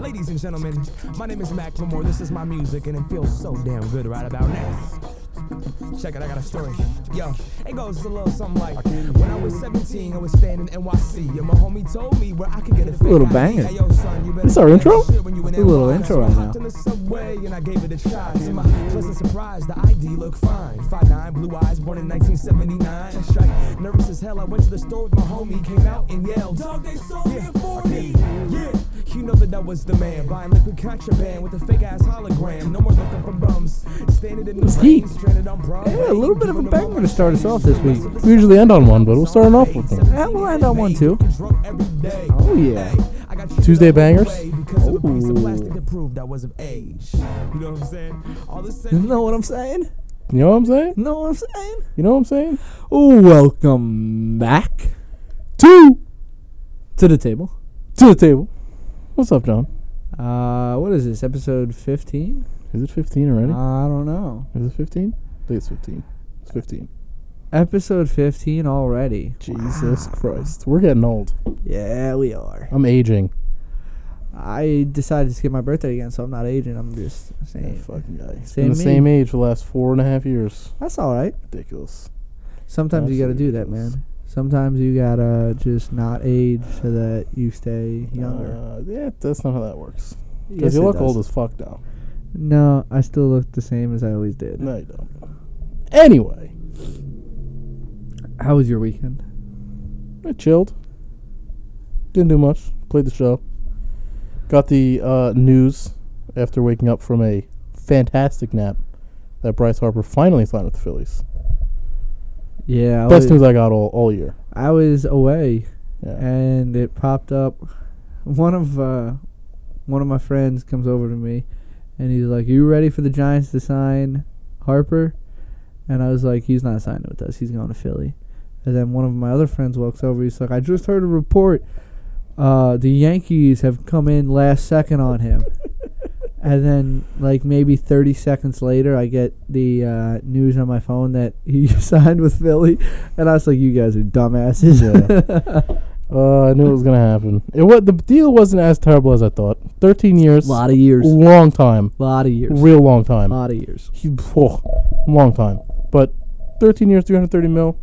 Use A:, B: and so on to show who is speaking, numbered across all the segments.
A: Ladies and gentlemen, my name is Mac Lamore. This is my music, and it feels so damn good right about now. Check it, I got a story. Yo, it goes a little something like When I was 17, I was staying in NYC, and my homie told me where I could get a fake
B: little
A: ID.
B: banger.
A: Hey, yo, son, you better
B: This our
A: get that
B: intro?
A: shit when you in
B: This a little
A: NY.
B: intro
A: So I
B: right
A: hopped
B: now.
A: in the subway and I gave it a try. To my pleasant surprise, the ID looked fine. 5'9, blue eyes, born in 1979. That's right. Nervous as hell, I went to the store with my homie, came out and yelled, Dog, they sold yeah, it for me. Yeah, you know that I was the man. Buying liquid contraband with a fake ass hologram. No more looking for bums. Standing in the
B: It's deep.
A: rain, stranded on Broadway.
B: Yeah, a little bit of a banger to start us off this week. We usually end on one, but we'll start off with one.
A: Yeah, we'll end on one too.
B: Oh, yeah.
A: Tuesday bangers.
B: Ooh.
A: You
B: know what I'm saying? You know what I'm saying?
A: know what I'm saying?
B: You know what I'm saying?
A: Welcome back.
B: Two to the table. To the table. What's up, John?
A: Uh, what is this? Episode 15?
B: Is it 15 already?
A: I don't know.
B: Is it 15? I think it's 15. It's 15.
A: Episode 15 already.
B: Jesus Christ. We're getting old.
A: Yeah, we are.
B: I'm aging.
A: I decided to skip my birthday again, so I'm not aging. I'm just
B: That
A: saying.
B: fucking guy. He's
A: Same
B: been the
A: me.
B: same age for the last four and a half years.
A: That's all right.
B: Ridiculous.
A: Sometimes you got to
B: Absolutely
A: do that,
B: ridiculous.
A: man. Sometimes you got to just not age so that you stay younger.
B: Uh, yeah, that's not how that works.
A: Yes,
B: Because you
A: it
B: look
A: does.
B: old as fuck now.
A: No, I still look the same as I always did.
B: No, you don't. Anyway,
A: How was your weekend?
B: I chilled. Didn't do much. Played the show. Got the uh, news after waking up from a fantastic nap that Bryce Harper finally signed with the Phillies.
A: Yeah, I
B: Best
A: was,
B: news I got all, all year.
A: I was away
B: Yeah.
A: and it popped up. One of uh, one of my friends comes over to me and he's like, "You ready for the Giants to sign Harper?" And I was like, "He's not signing with us. He's going to Philly." And then one of my other friends walks over. He's like, "I just heard a report. Uh, the Yankees have come in last second on him." and then, like maybe 30 seconds later, I get the uh, news on my phone that he signed with Philly, and I was like, "You guys are dumbasses."
B: Uh, I knew it was gonna happen. It was the deal wasn't as terrible as I thought. Thirteen years,
A: lot of years.
B: long time,
A: lot of years.
B: real long time.
A: lot of years.
B: He, whoa, long time. But 13 years, 330 mil,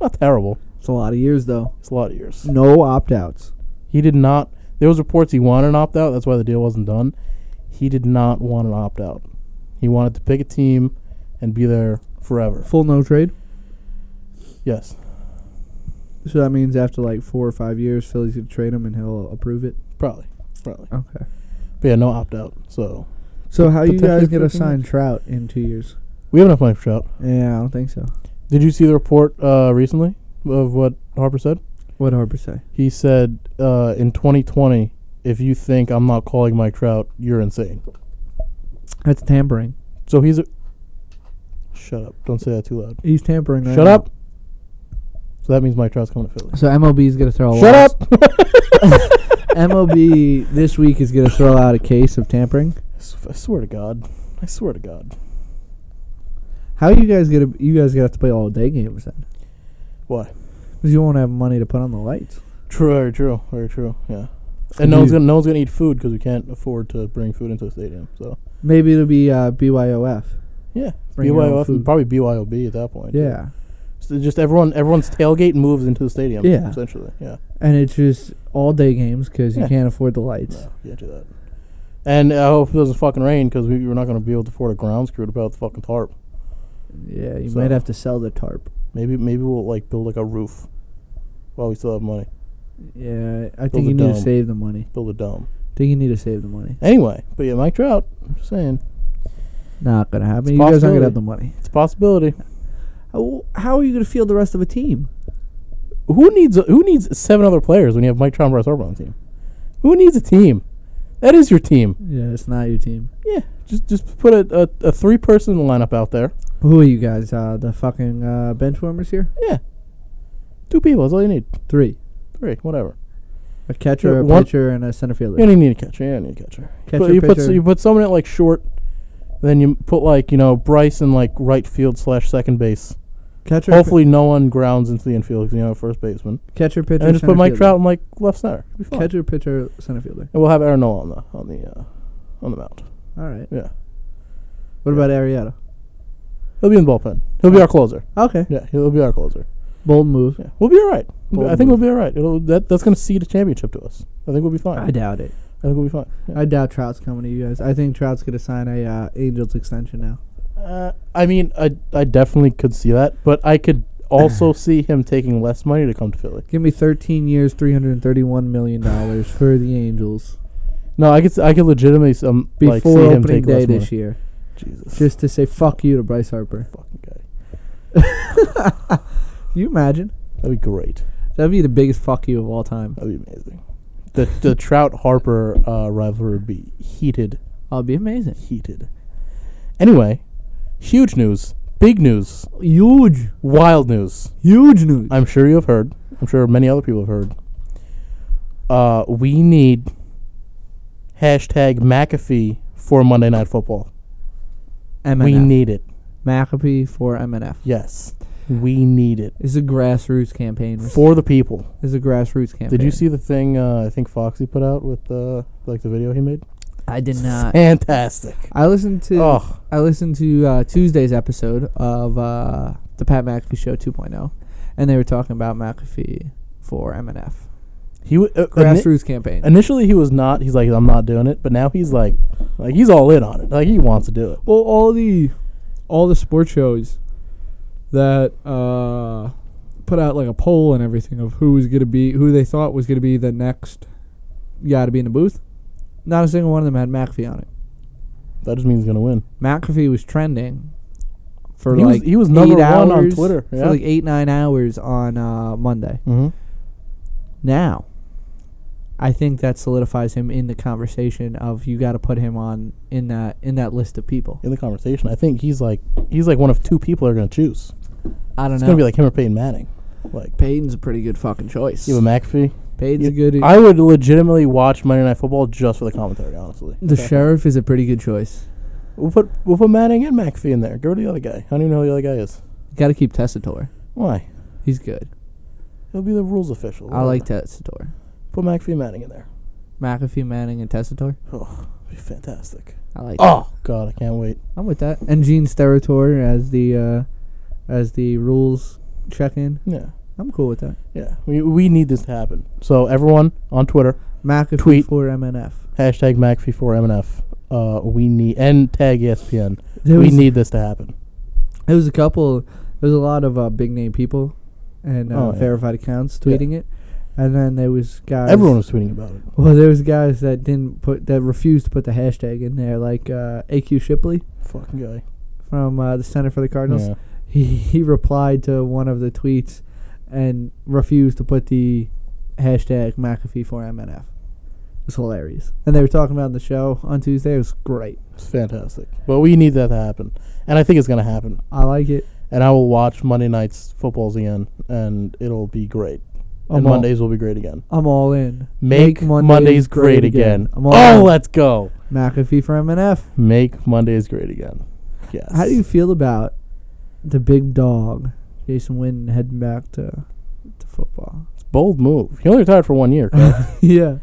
B: not terrible.
A: It's a lot of years, though.
B: It's a lot of years.
A: No opt outs.
B: He did not. There was reports he wanted an opt out. That's why the deal wasn't done. He did not want an opt out. He wanted to pick a team and be there forever.
A: Full no trade.
B: Yes,
A: So that means after like four or five years, Philly's gonna trade him and he'll approve it.
B: probably, probably.
A: Okay.
B: But yeah, no opt out. So
A: So how you
B: Potentially
A: guys gonna
B: picking
A: sign Trout in two years?
B: we have enough money for Trout.
A: Yeah, I don't think so.
B: Did you see the report uh, recently of what Harper said?
A: What Harper say?
B: He said uh, in 2020, if you think I'm not calling Mike Trout, you're insane.
A: That's tampering.
B: So he's a. Shut up! Don't say that too loud.
A: He's tampering. Right
B: Shut
A: now.
B: up. So that means Mike Trout's coming to Philly.
A: So MLB's gonna throw. a
B: Shut
A: lot-
B: up!
A: MLB this week is gonna throw out a case of tampering.
B: I s- I swear to God. I swear to God.
A: How you guys gonna? You guys gonna have to play all day games then,
B: Why?
A: because you won't have money to put on the lights.
B: True. Very true. Very true. Yeah. And no one's
A: Mm-hmm.
B: gonna no one's gonna eat food because we can't afford to bring food into the stadium. So
A: Maybe it'll be uh, BYOF.
B: yeah,
A: Bring your own
B: BYOF
A: food.
B: probably BYOB at that point.
A: Yeah.
B: So just everyone everyone's tailgate moves into the stadium.
A: Yeah.
B: Essentially. Yeah.
A: And it's just all day games because you
B: Yeah.
A: can't afford the lights.
B: No, can't do that. And I hope it doesn't fucking rain because we, we're not gonna be able to afford a ground screw to put out the fucking tarp.
A: Yeah, you
B: So-
A: might have to sell the tarp.
B: Maybe maybe we'll like build like a roof while we still have money.
A: Yeah, I
B: Build
A: think you
B: a
A: need to
B: dome.
A: save the money.
B: Build a dome.
A: I think you need to save the money.
B: Anyway, but yeah, Mike Trout. I'm just saying,
A: Not gonna happen.
B: It's
A: you guys aren't
B: possibility.
A: gonna have the money.
B: it's a possibility.
A: How, how are you gonna field the rest of a team?
B: Who needs a, who needs seven other players when you have Mike Trout and Bryce Harper on the team? Who needs a team? That is your team.
A: Yeah, it's not your team.
B: Yeah, just just put a, a, a three person lineup out there.
A: Who are you guys? Uh, the fucking uh, bench warmers here.
B: Yeah, two people. That's all you need.
A: Three:
B: Three, whatever.
A: a catcher,
B: Yeah,
A: a
B: one-
A: pitcher, and a center fielder.
B: You don't even need a catcher. You don't need a catcher.
A: Catcher,
B: but you put
A: pitcher.
B: you put someone at like short, then you put like you know Bryce in like right field slash second base.
A: catcher,
B: Hopefully, no one grounds into the infield because you know first baseman.
A: pi- catcher, pitcher,
B: and just put
A: center
B: Mike
A: fielder.
B: Trout in like left center. It'd be fine.
A: catcher, pitcher, center fielder.
B: And we'll have Aaron Nola on the on on the uh, on the mound.
A: All right.
B: Yeah.
A: What about Arietta?
B: He'll be in the bullpen. He'll be our closer.
A: Okay.
B: Yeah, he'll be our closer.
A: Bold move.
B: Yeah, we'll be all right.
A: Bold
B: I think
A: move.
B: we'll be all right. It'll that that's gonna seed a championship to us. I think we'll be fine. I,
A: I doubt it.
B: think we'll be fine. Yeah.
A: I doubt Trout's coming to you guys. I think Trout's gonna sign a uh, Angels extension now.
B: Uh, I mean, I I definitely could see that, but I could also see him taking less money to come to Philly.
A: Give me 13 years, 331 million dollars for the Angels
B: No, I could s- I could legitimately s- um, like see
A: before
B: him
A: opening
B: take
A: day
B: less money.
A: this year,
B: Jesus,
A: just to say fuck you to Bryce Harper.
B: fucking guy.
A: Can you imagine?
B: That'd be great.
A: That'd be the biggest fuck you of all time.
B: That'd be amazing. The the Trout Harper uh, rivalry would be heated,
A: That'd be amazing.
B: heated. Anyway, huge news, big news,
A: Huge,
B: wild news.
A: huge news.
B: I'm sure you have heard. I'm sure many other people have heard. Uh, we need hashtag McAfee for Monday Night Football.
A: MNF.
B: We need it.
A: McAfee for MNF.
B: Yes, we need it
A: It's a grassroots campaign.
B: for the people.
A: It's a grassroots campaign.
B: Did you see the thing uh, I think Foxy put out with uh, like the video he made?
A: I did not.
B: Fantastic.
A: I listened to
B: Oh,
A: I listened to uh, Tuesday's episode of uh, the Pat McAfee Show 2.0, and they were talking about McAfee for MNF
B: he w- uh, ini-
A: grassroots campaign.
B: initially he was not. He's like I'm not doing it, but now he's like like he's all in on it. Like he wants to do it.
A: well, all the all the sports shows that uh, put out like a poll and everything of who was gonna be who they thought was gonna be the next guy to be in the booth. Not a single one of them had McAfee on it.
B: That just means he's gonna win.
A: McAfee was trending for
B: He was-
A: like
B: he was
A: eight
B: number one on
A: hours-
B: Twitter,
A: for
B: yeah.
A: like eight nine hours on uh, Monday.
B: Mm-hmm.
A: Now, I think that solidifies him in the conversation of you got to put him on in that in that list of people.
B: in the conversation. I think he's like he's like one of two people are gonna choose.
A: I don't
B: It's
A: know.
B: gonna be like him or Peyton Manning. Like
A: Payton's a pretty good fucking choice.
B: you have a McAfee.
A: Payton's
B: You-
A: a good.
B: I would legitimately watch Monday Night Football just for the commentary, honestly.
A: the
B: Okay.
A: sheriff is a pretty good choice.
B: We'll put we'll put Manning and McAfee in there. Go to the other guy. I don't even know who the other guy is.
A: Got to keep Tessitore.
B: Why?
A: He's good.
B: He'll be the rules official.
A: I like
B: whatever.
A: Tessitore.
B: put McAfee and Manning in there.
A: McAfee, Manning, and Tessitore.
B: Oh, it'd be fantastic.
A: I like. that.
B: Oh God, I can't wait.
A: I'm with that. And Gene Steratore as the uh, as the rules check in.
B: Yeah,
A: I'm cool with that.
B: yeah. We we need this to happen. So everyone on Twitter,
A: McAfee
B: Tweet.
A: for MNF.
B: hashtag McAfee for MNF. Uh, we need and tag E ESPN.
A: There
B: we
A: was-
B: need this to happen.
A: There was a couple. There was a lot of uh, big name people and uh,
B: Oh, yeah.
A: verified accounts tweeting it, and then there was guys.
B: Everyone was tweeting about it.
A: Well, there was guys that didn't put that refused to put the hashtag in there, like uh, AQ Shipley
B: Fucking guy.
A: from uh, the Center for the Cardinals.
B: Yeah.
A: He he replied to one of the tweets and refused to put the hashtag McAfee for MNF. It was hilarious, and they were talking about it on the show on Tuesday. It was great.
B: It's fantastic. But we need that to happen. And I think it's going to happen.
A: I like it.
B: And I will watch Monday night's footballs again, and it'll be great.
A: I'm
B: and
A: all-
B: Mondays will be great again.
A: I'm all in.
B: Make, Mondays, great, again.
A: I'm all
B: Oh,
A: in.
B: let's go.
A: McAfee for MNF.
B: Make Mondays great again. Yes.
A: How do you feel about the big dog, Jason Witten, heading back to to football?
B: It's a bold move. He only retired for one year. correct?
A: yeah.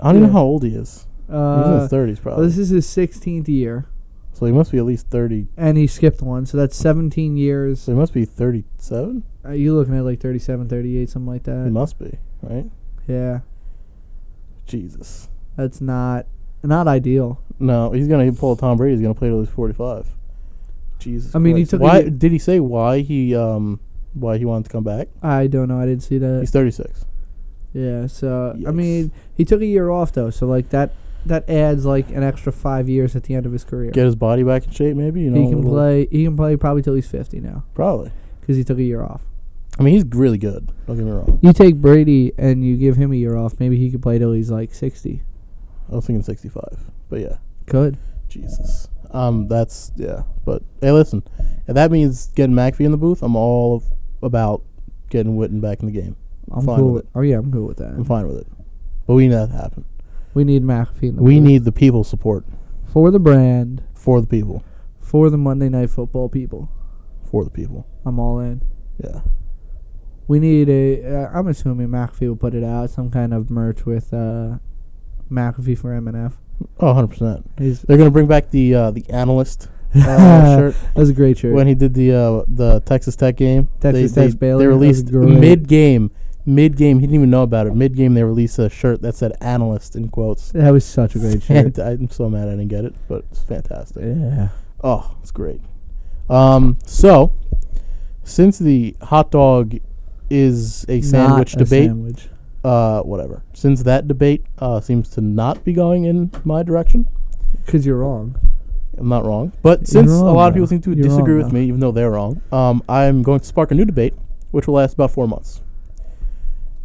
B: I don't even
A: Yeah.
B: know how old he is. He's in
A: Uh,
B: his 30s,
A: well,
B: probably.
A: this is his 16th year,
B: so he must be at least 30.
A: and he skipped one, so that's 17 years.
B: So he must be 37?
A: Are you looking at like 37, 38, something like
B: he
A: that?
B: must be, right?
A: Yeah,
B: Jesus.
A: that's not not ideal.
B: No, he's gonna pull a Tom Brady. He's gonna play till he's forty five. Jesus.
A: I mean, he
B: Christ.
A: took a
B: Why
A: year-
B: did he say why he um why he wanted to come back?
A: I don't know. I didn't see that.
B: He's thirty six.
A: Yeah, so I
B: Yikes.
A: mean, he took a year off though, so like that that adds like an extra five years at the end of his career.
B: Get his body back in shape, maybe. You know,
A: he
B: a
A: can
B: little-
A: play. He can play probably till he's fifty now
B: Probably.
A: because he took a year off.
B: I mean, he's really good. Don't get me wrong.
A: You take Brady and you give him a year off. Maybe he could play till he's like sixty.
B: I was thinking sixty five, but yeah,
A: Could
B: Jesus. Um, that's yeah. But hey, listen, if that means getting McAfee in the booth, I'm all of, about getting Witten back in the game.
A: I'm
B: fine
A: cool.
B: with
A: With, oh yeah, I'm cool with
B: I'm
A: that.
B: fine with it. But we need that to happen.
A: We need McAfee. In the
B: We
A: booth.
B: need the people's support
A: for the brand,
B: for the people,
A: for the Monday Night Football people.
B: for the people.
A: I'm all in.
B: Yeah.
A: We need a. Uh, I'm assuming McAfee will put it out some kind of merch with uh, McAfee for MNF.
B: Oh, 100 percent.
A: He's
B: They're gonna bring back the uh, the analyst uh,
A: that
B: shirt
A: was a great shirt.
B: when he did the uh, the Texas Tech game.
A: Texas
B: they,
A: Tech's
B: they,
A: Baylor,
B: They
A: that was
B: released
A: great.
B: mid game. Mid game, he didn't even know about it. Mid game, they released a shirt that said "analyst" in quotes.
A: that was such a great
B: And
A: shirt.
B: I'm so mad I didn't get it, but it's fantastic.
A: Yeah.
B: Oh, it's great. Um, so since the hot dog is a sandwich
A: Not a
B: debate,
A: sandwich.
B: uh, whatever. Since that debate uh, seems to not be going in my direction,
A: Because you're wrong.
B: I'm not wrong. But
A: You're
B: since a
A: wrong,
B: lot of
A: though.
B: people seem to
A: You're
B: disagree
A: wrong,
B: with
A: though.
B: me, even though they're wrong, um, I'm going to spark a new debate, which will last about four months.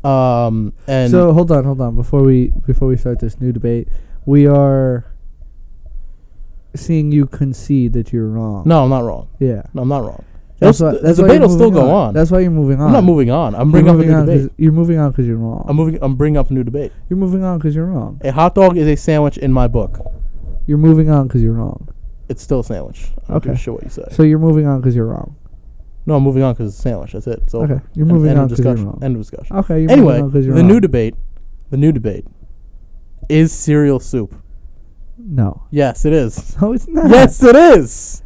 B: Um, and
A: so hold on, hold on. Before we before we start this new debate, we are seeing you concede that you're wrong.
B: no, I'm not wrong.
A: Yeah.
B: No, I'm not wrong.
A: That's
B: It'll
A: why.
B: st-
A: That's
B: the
A: why
B: debate
A: you're
B: will still
A: moving
B: go on.
A: That's why you're moving on.
B: I'm not moving on. I'm
A: You're
B: bringing up a
A: moving
B: new
A: on 'cause-
B: debate.
A: You're moving on because you're wrong.
B: I'm moving. Eh. I'm bringing up a new debate.
A: you're moving on because you're wrong.
B: A hot dog is a sandwich in my book.
A: You're moving on because you're wrong.
B: It's still a sandwich. I don't give a
A: Okay.
B: shit what you say.
A: So you're moving on because you're wrong.
B: No, I'm moving on because it's a sandwich. That's it. It's over.
A: Okay. You're
B: End-
A: moving
B: end
A: on
B: of
A: 'cause you're
B: discussion.
A: wrong.
B: End of discussion.
A: Okay. You're
B: anyway,
A: moving on 'cause
B: the
A: you're wrong.
B: new debate, the new debate, is cereal soup.
A: No.
B: Yes, it is.
A: No, it's not.
B: yes, it is.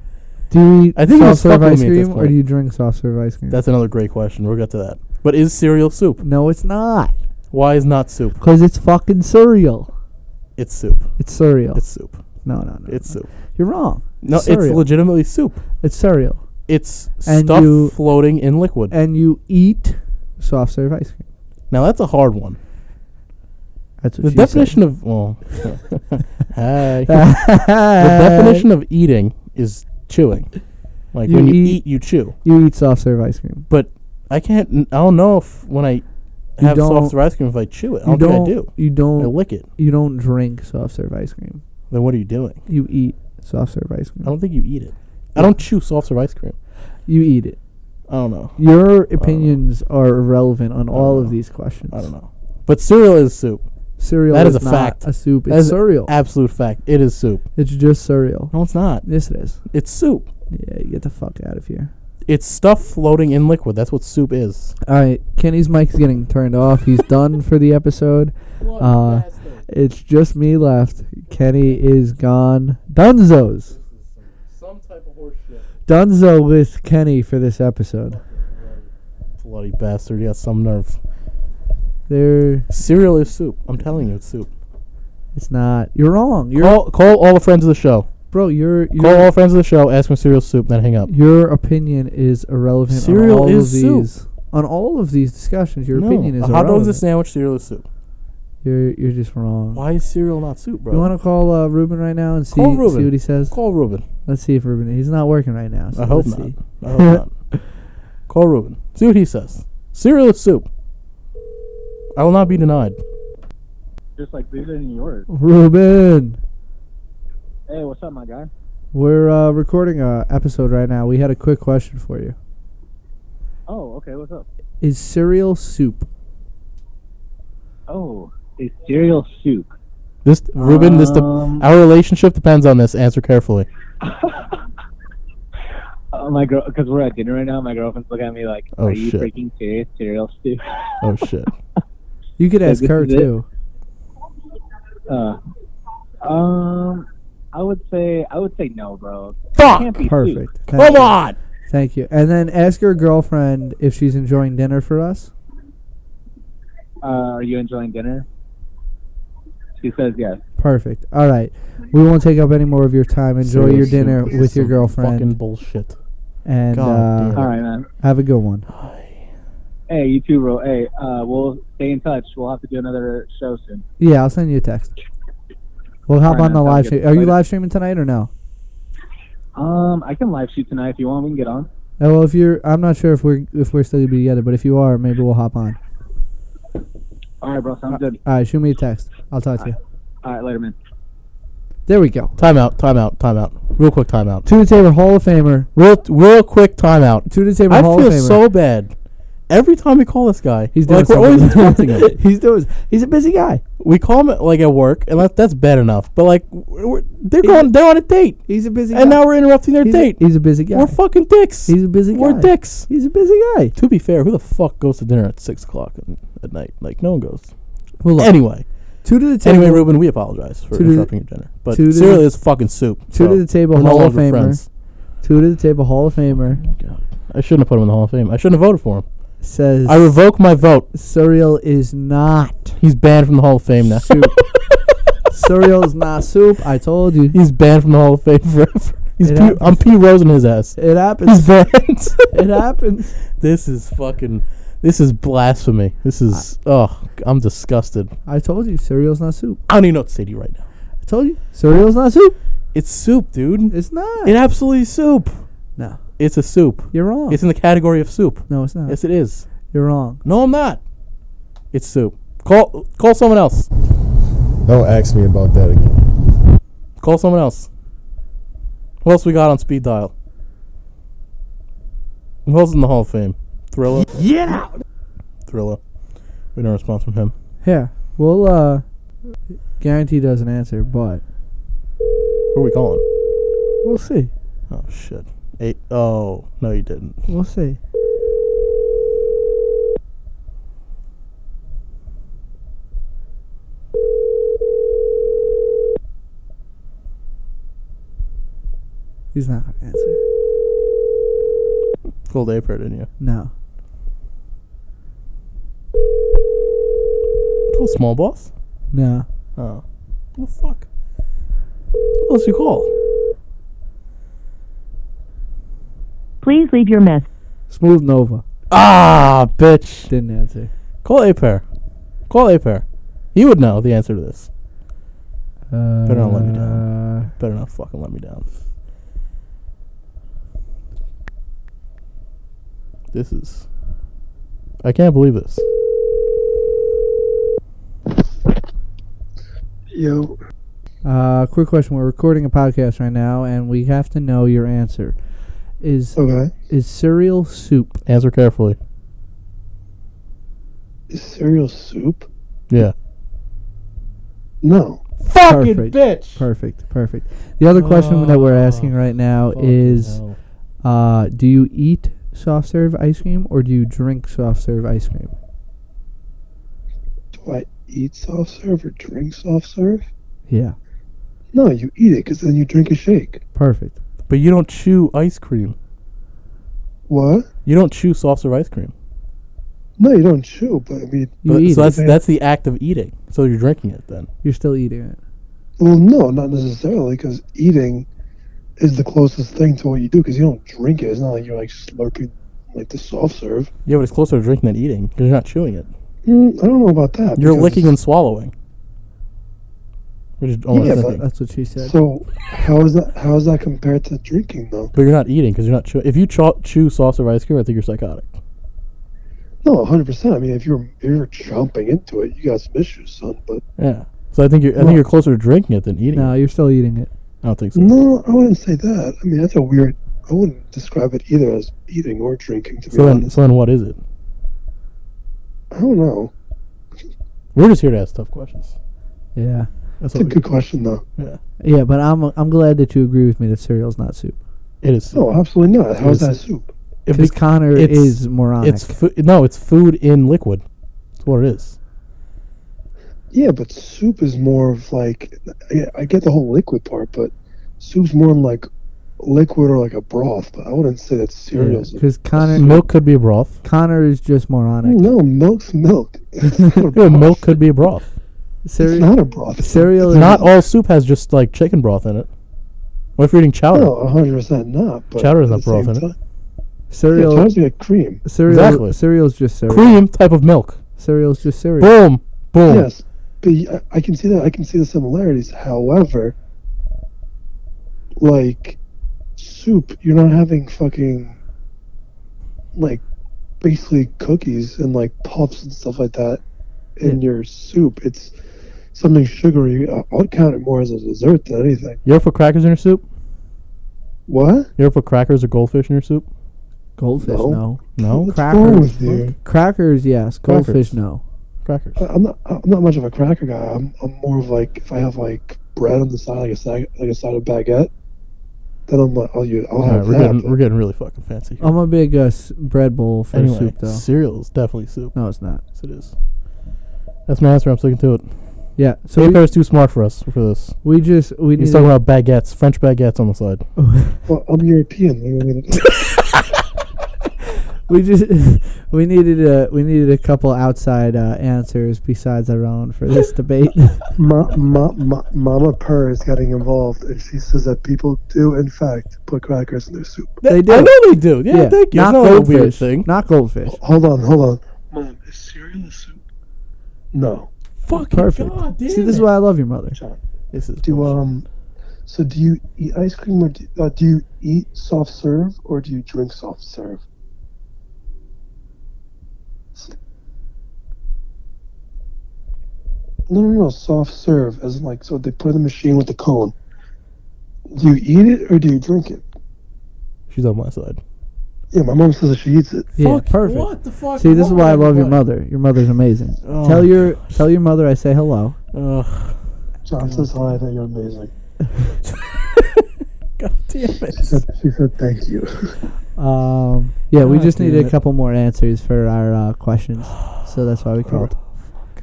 A: Do you eat
B: I think he
A: soft
B: was
A: serve
B: fucking with
A: ice
B: me at this
A: cream or
B: point.
A: do you drink soft serve ice cream?
B: That's another great question. We'll get to that. But is cereal soup?
A: no, it's not.
B: Why is not soup?
A: Because it's fucking cereal.
B: It's soup.
A: It's cereal.
B: It's soup.
A: no, no, no.
B: It's soup.
A: You're wrong.
B: No, it's
A: cereal.
B: legitimately soup.
A: It's cereal.
B: It's
A: And
B: stuff
A: you-
B: floating in liquid.
A: And you eat soft serve ice cream.
B: Now that's a hard one.
A: That's what
B: The
A: she
B: definition of well, hi.
A: Said.
B: the definition of eating is chewing. Like
A: You
B: when you
A: eat-
B: eat, you chew.
A: you eat soft serve ice cream.
B: But I can't. n- I don't know if when I
A: You
B: have
A: don't-
B: soft serve ice cream if I chew it. I
A: you
B: don't, think I do.
A: You
B: I
A: don't.
B: lick it.
A: You don't drink soft serve ice cream.
B: Then what are you doing?
A: You eat soft serve ice
B: I
A: cream.
B: don't think you eat it. I don't chew soft serve ice cream.
A: You eat it.
B: I don't know.
A: Your opinions are irrelevant on all
B: know.
A: of these questions.
B: I Uh, don't know. But cereal is soup.
A: Cereal
B: That is
A: is
B: a
A: not
B: fact.
A: A soup.
B: That
A: It's
B: is
A: cereal.
B: Absolute fact. It is soup.
A: it's just cereal.
B: No, it's not.
A: Yes, it is.
B: It's soup.
A: Yeah, you get the fuck out of here.
B: It's stuff floating in liquid. That's what soup is.
A: All right, Kenny's mic's getting turned off. He's done for the episode. Uh, It's just me left. Kenny is gone. Dunzo's.
B: Some type of horseshit.
A: Dunzo with Kenny for this episode.
B: Bloody bastard. You got some nerve.
A: There,
B: Cereal is soup. I'm telling you, it's soup.
A: it's not. You're wrong. You're
B: Call, call all the friends of the show.
A: bro. You're
B: Call
A: your
B: all friends of the show. Ask them cereal soup. Then hang up.
A: your opinion is irrelevant
B: Cereal
A: on all
B: is
A: of
B: soup.
A: these on all of these discussions. Your
B: No,
A: opinion is
B: a hot dog's
A: irrelevant.
B: a sandwich. Cereal is soup.
A: you're you're just wrong.
B: Why is cereal not soup, bro?
A: You want to call uh, Ruben right now and see
B: Call
A: see
B: Ruben.
A: what he says.
B: call Ruben?
A: Let's see if Ruben. He's not working right now. So
B: I hope
A: let's
B: not.
A: see.
B: I hope not. Call Ruben. See what he says. Cereal is soup. I will not be denied.
C: just like bigger than yours.
A: Ruben.
C: Hey, what's up, my guy?
A: We're uh, recording a episode right now. We had a quick question for you.
C: Oh, okay, what's up?
A: Is cereal soup?
C: Oh, a cereal soup.
B: This Ruben, this de-
C: Um,
B: our relationship depends on this. Answer carefully.
C: Uh, my girl, because we're at dinner right now, my girlfriend's looking at me like,
B: Oh,
C: "Are you
B: shit.
C: freaking serious? Cereal soup?"
B: Oh shit.
A: You could
C: Yeah,
A: ask
C: this
A: her
C: is it.
A: too.
C: Uh, um, I would say, I would say no, bro.
B: Fuck.
C: Can't be soup.
A: Perfect. Thank
B: Come
A: you.
B: on.
A: Thank you. And then ask your girlfriend if she's enjoying dinner for us.
C: Uh, are you enjoying dinner? She says yes.
A: Perfect. All right. We won't take up any more of your time. Enjoy
B: Cereal
A: your
B: soup.
A: dinner
B: This is
A: with your
B: some Fucking
A: girlfriend
B: bullshit.
A: and
B: God
A: uh,
B: damn.
C: All right, man.
A: have a good one.
C: Hey, you too, bro. Hey, uh, we'll stay in touch. We'll have to do another show soon.
A: Yeah, I'll send you a text. We'll hop
C: right,
A: on the
C: man. Sounds
A: live
C: good.
A: stream. Are you
C: Later.
A: live streaming tonight or no?
C: Um, I can live shoot tonight if you want. We can get on.
A: Uh, well, if you're, I'm not sure if we're if we're still gonna be together, but if you are, maybe we'll hop on.
C: All right, bro. Sounds good.
A: All right, shoot me a text. I'll talk to you.
C: All right, later, man.
A: There we go.
B: Time out. Time out. Time out. Real quick. Time out.
A: To the table Hall of Famer.
B: Real. Real quick. Time out.
A: To the table
B: I
A: Hall
B: feel
A: of Famer.
B: so bad. Every time we call this guy,
A: he's doing
B: like we're always interrupting
A: something.
B: him.
A: he's doing. He's a busy guy.
B: We call him like at work, and that, that's bad enough. But like, we're, we're- they're going, they're on a date,
A: He's a busy.
B: and
A: guy.
B: now we're interrupting their
A: he's
B: date.
A: A, he's a busy guy.
B: we're fucking dicks.
A: he's a busy
B: we're
A: guy.
B: dicks.
A: He's a busy guy.
B: To be fair, who the fuck goes to dinner at six o'clock at- at night? Like, no one goes.
A: Well, look,
B: Anyway,
A: Two to the table.
B: Anyway, Ruben, we apologize for
A: To the-
B: interrupting your dinner. But
A: to the-
B: cereal is fucking soup.
A: two
B: so
A: to the table.
B: we're no
A: Hall of
B: longer
A: Famer.
B: friends.
A: Two to the table. Hall of Famer
B: I shouldn't have put him in the Hall of Fame. I shouldn't have voted for him.
A: says
B: I revoke my vote.
A: cereal is not
B: He's banned from the Hall of Fame now.
A: soup. cereal is not soup. I told you.
B: He's banned from the Hall of Fame forever. He's
A: It
B: P, I'm P Rose in his ass.
A: It
B: He's
A: happens.
B: banned.
A: it happens.
B: this is fucking. This is blasphemy. This is. oh, I'm disgusted.
A: I told you. Cereal's not soup.
B: I don't even know what to say to you right now.
A: I told you. Cereal's not soup.
B: It's soup, dude.
A: It's not.
B: It absolutely is soup.
A: no,
B: It's a soup.
A: you're wrong.
B: It's in the category of soup.
A: no, it's not.
B: Yes, it is.
A: you're wrong.
B: No, I'm not. It's soup. Call call someone else.
D: Don't ask me about that again.
B: Call someone else. Who else we got on speed dial? Who else in the Hall of Fame? Thriller. Yeah. Thriller. We don't response from him.
A: Yeah. Well, uh, guarantee doesn't answer, but
B: Who are we calling?
A: we'll see.
B: Oh shit. Eight. Oh no, you didn't.
A: We'll see. He's not gonna answer.
B: Cold April, didn't you?
A: No.
B: Call Small Boss.
A: No.
B: Oh. Well, fuck. Who else you call?
E: Please leave your message.
A: Smooth Nova
B: Ah, bitch.
A: didn't answer.
B: Call A pair. Call A pair. He would know the answer to this.
A: Uh,
B: Better not let me down. Better not fucking let me down. This is. I can't believe this.
F: Yo,
A: Uh, quick question: We're recording a podcast right now, and we have to know your answer. Is
B: Oh.
F: okay.
A: is cereal soup?
B: Answer carefully.
F: Is cereal soup?
B: Yeah.
F: No.
B: Fucking
A: Perfect.
B: bitch.
A: Perfect, perfect. The other question that we're asking
B: Oh,
A: right now
B: Fucking
A: is:
B: hell.
A: uh, Do you eat soft serve ice cream or do you drink soft serve ice cream?
F: Do I eat soft serve or drink soft serve?
A: Yeah,
F: No, you eat it because then you drink a shake.
A: perfect.
B: But you don't chew ice cream.
F: What?
B: You don't chew soft serve ice cream.
F: No, you don't chew, but I mean,
A: You
B: But-
A: eat
B: so
A: it.
B: that's that's the act of eating. So you're drinking it then.
A: You're still eating it.
F: well, no, not necessarily because eating is the closest thing to what you do because you don't drink it. It's not like you're like slurping like the soft serve.
B: Yeah, but it's closer to drinking than eating because you're not chewing it.
F: Mm, I don't know about that.
B: You're
F: because-
B: licking and swallowing. Which is almost
F: Yeah,
A: That's-
F: but-
B: drinking.
A: that's what she said.
F: So how is that? How is that compared to drinking though?
B: But you're not eating because you're not chewing. If you chew, chew sauce or ice cream, I think you're psychotic.
F: No, hundred percent. I mean, if you're if you're chomping into it, you got some issues, son. But
B: Yeah. So I think you're. I think you're closer to drinking it than eating.
A: no,
B: it.
A: you're still eating it.
B: I don't think so.
F: No, I wouldn't say that. I mean, that's a weird. I wouldn't describe it either as eating or drinking, to be
B: so then,
F: honest.
B: so then, what is it?
F: I don't know.
B: We're just here to ask tough questions.
A: Yeah,
B: That's
F: It's a
B: what we
F: good question, though.
A: yeah. But I'm I'm glad that you agree with me that cereal's not soup
B: It is.
F: No, absolutely not. How's
B: Yes.
F: that soup?
B: It
A: because
B: bec-
A: Connor
B: it's-
A: is moronic.
B: it's fu- no, it's food in liquid. That's what it is.
F: Yeah, but soup is more of like. I, I get the whole liquid part, but soup's more like liquid or like a broth. But I wouldn't say that cereals.
A: because Connor
B: Milk could be a broth.
A: Connor is just moronic.
F: no, milk's milk. It's not a
B: Yeah,
F: broth.
B: milk could be a broth.
F: It's
A: Cereal,
F: not a broth.
A: cereal is
B: Not all soup has just like chicken broth in it. What if you're eating chowder?
F: No, hundred percent not. But
B: Chowder's
F: at
B: not
F: the same
B: broth in it.
F: time- Yeah,
A: cereal.
F: chowder's like cream.
A: Cereal,
B: Exactly.
A: cereal's just cereal.
B: Cream type of milk.
A: Cereal's just cereal.
B: Boom, boom.
F: Yes, but y- I- I can see that. I can see the similarities. However, like soup, you're not having fucking like basically cookies and like puffs and stuff like that in your soup. It's something sugary. I- I'll count it more as a dessert than anything.
B: You ever put crackers in your soup?
F: What?
B: You ever put crackers or goldfish in your soup?
A: Goldfish,
F: No.
A: no.
B: No.
F: What's wrong
A: Crackers.
F: with you?
A: Crackers, yes.
B: Crackers.
A: Goldfish, no.
B: Crackers.
F: I- I'm not. I'm not much of a cracker guy. I'm. I'm more of like if I have like bread on the side, like a side, like a side of baguette. Then I'm like, I'll, use, I'll
B: All right,
F: have
B: we're
F: that.
B: getting
F: but-
B: we're getting really fucking fancy. Here.
A: I'm a big uh, s- bread bowl for
B: anyway,
A: soup, though.
B: cereal is definitely soup.
A: No, it's not.
B: Yes, it is. That's my answer. I'm sticking to it.
A: Yeah. So
B: Maybe
A: we,
B: I was too smart for us for this.
A: we just we need
B: He's talking about baguettes, French baguettes on the side.
F: Well, I'm European. I mean,
A: we just we needed a we needed a couple outside uh, answers besides our own for this debate.
F: Ma, ma, ma, Mama Purr is getting involved, and she says that people do, in fact, put crackers in their soup.
A: They do.
B: I know they do. Yeah,
A: Yeah,
B: thank you.
A: Not
B: it's not like a
A: goldfish.
B: weird thing. Oh,
A: Not goldfish.
F: Hold on, hold on. Mom, is cereal a soup? No.
B: Fucking
A: Perfect.
B: God damn
A: See, this is
B: it.
A: why I love your mother.
B: This is
F: Do um, so do you eat ice cream or do, uh, do you eat soft serve or do you drink soft serve? S- No, no, no, soft serve as in like so they put it in the machine with the cone. Do you eat it or do you drink it?
B: She's on my side.
F: Yeah, my mom says that she eats it.
A: Yeah,
B: Fuck,
A: perfect.
B: What the fuck?
A: See, this is
B: wrong
A: why I
B: with
A: love your
B: everybody?
A: mother. Your mother's amazing.
B: Oh
A: tell
B: my
A: your tell your mother I say hello.
B: Ugh.
F: John says hi, that you're amazing.
B: God damn it.
F: She said, she said thank you.
A: Um, yeah, we
B: God
A: just needed
B: damn
A: a
B: it.
A: couple more answers for our uh, questions, so that's why we called.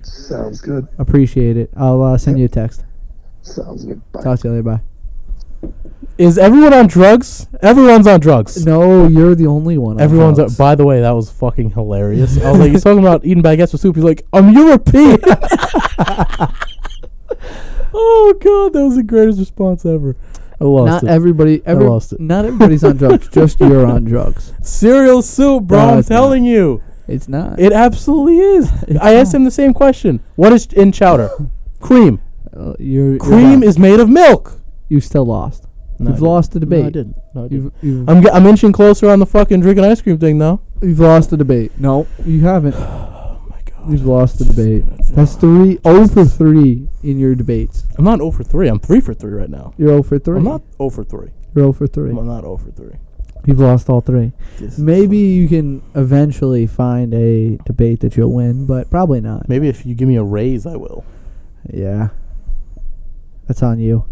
F: Sounds good.
A: Appreciate it. I'll uh, send you a text.
F: Sounds good. Bye.
A: Talk to you later. Bye.
B: Is everyone on drugs? Everyone's on drugs.
A: No, you're the only one. on
B: Everyone's. On,
A: drugs.
B: by the way, that was fucking hilarious. I was like, he's talking about eating baguettes with soup. He's like, I'm European. oh god, that was the greatest response ever. I lost
A: Not
B: it.
A: everybody. Every,
B: lost it.
A: Not everybody's on drugs. Just you're on drugs.
B: Cereal soup, bro.
A: No,
B: I'm
A: it's not.
B: telling you,
A: It's not.
B: it absolutely is. I asked him the same question. What is in chowder? Cream.
A: Uh, you're, you're
B: Cream
A: lost.
B: is made of milk.
A: You still lost.
B: No, I
A: you've
B: didn't.
A: lost the debate.
B: No, I didn't. No, I didn't.
A: You've, you've,
B: I'm, g- I'm inching closer on the fucking drinking ice cream thing now.
A: you've lost the debate. No, you haven't. Oh
B: my god.
A: You've lost the debate. That's three. Oh for three in your debates.
B: I'm not 0 for 3. I'm 3 for 3 right now.
A: You're 0 for 3
B: I'm not 0 for 3.
A: You're 0 for 3
B: I'm not 0 for 3.
A: You've lost all three.
B: This is
A: Maybe you can eventually find a debate that you'll win, but probably not.
B: Maybe if you give me a raise, I will.
A: Yeah, that's on you.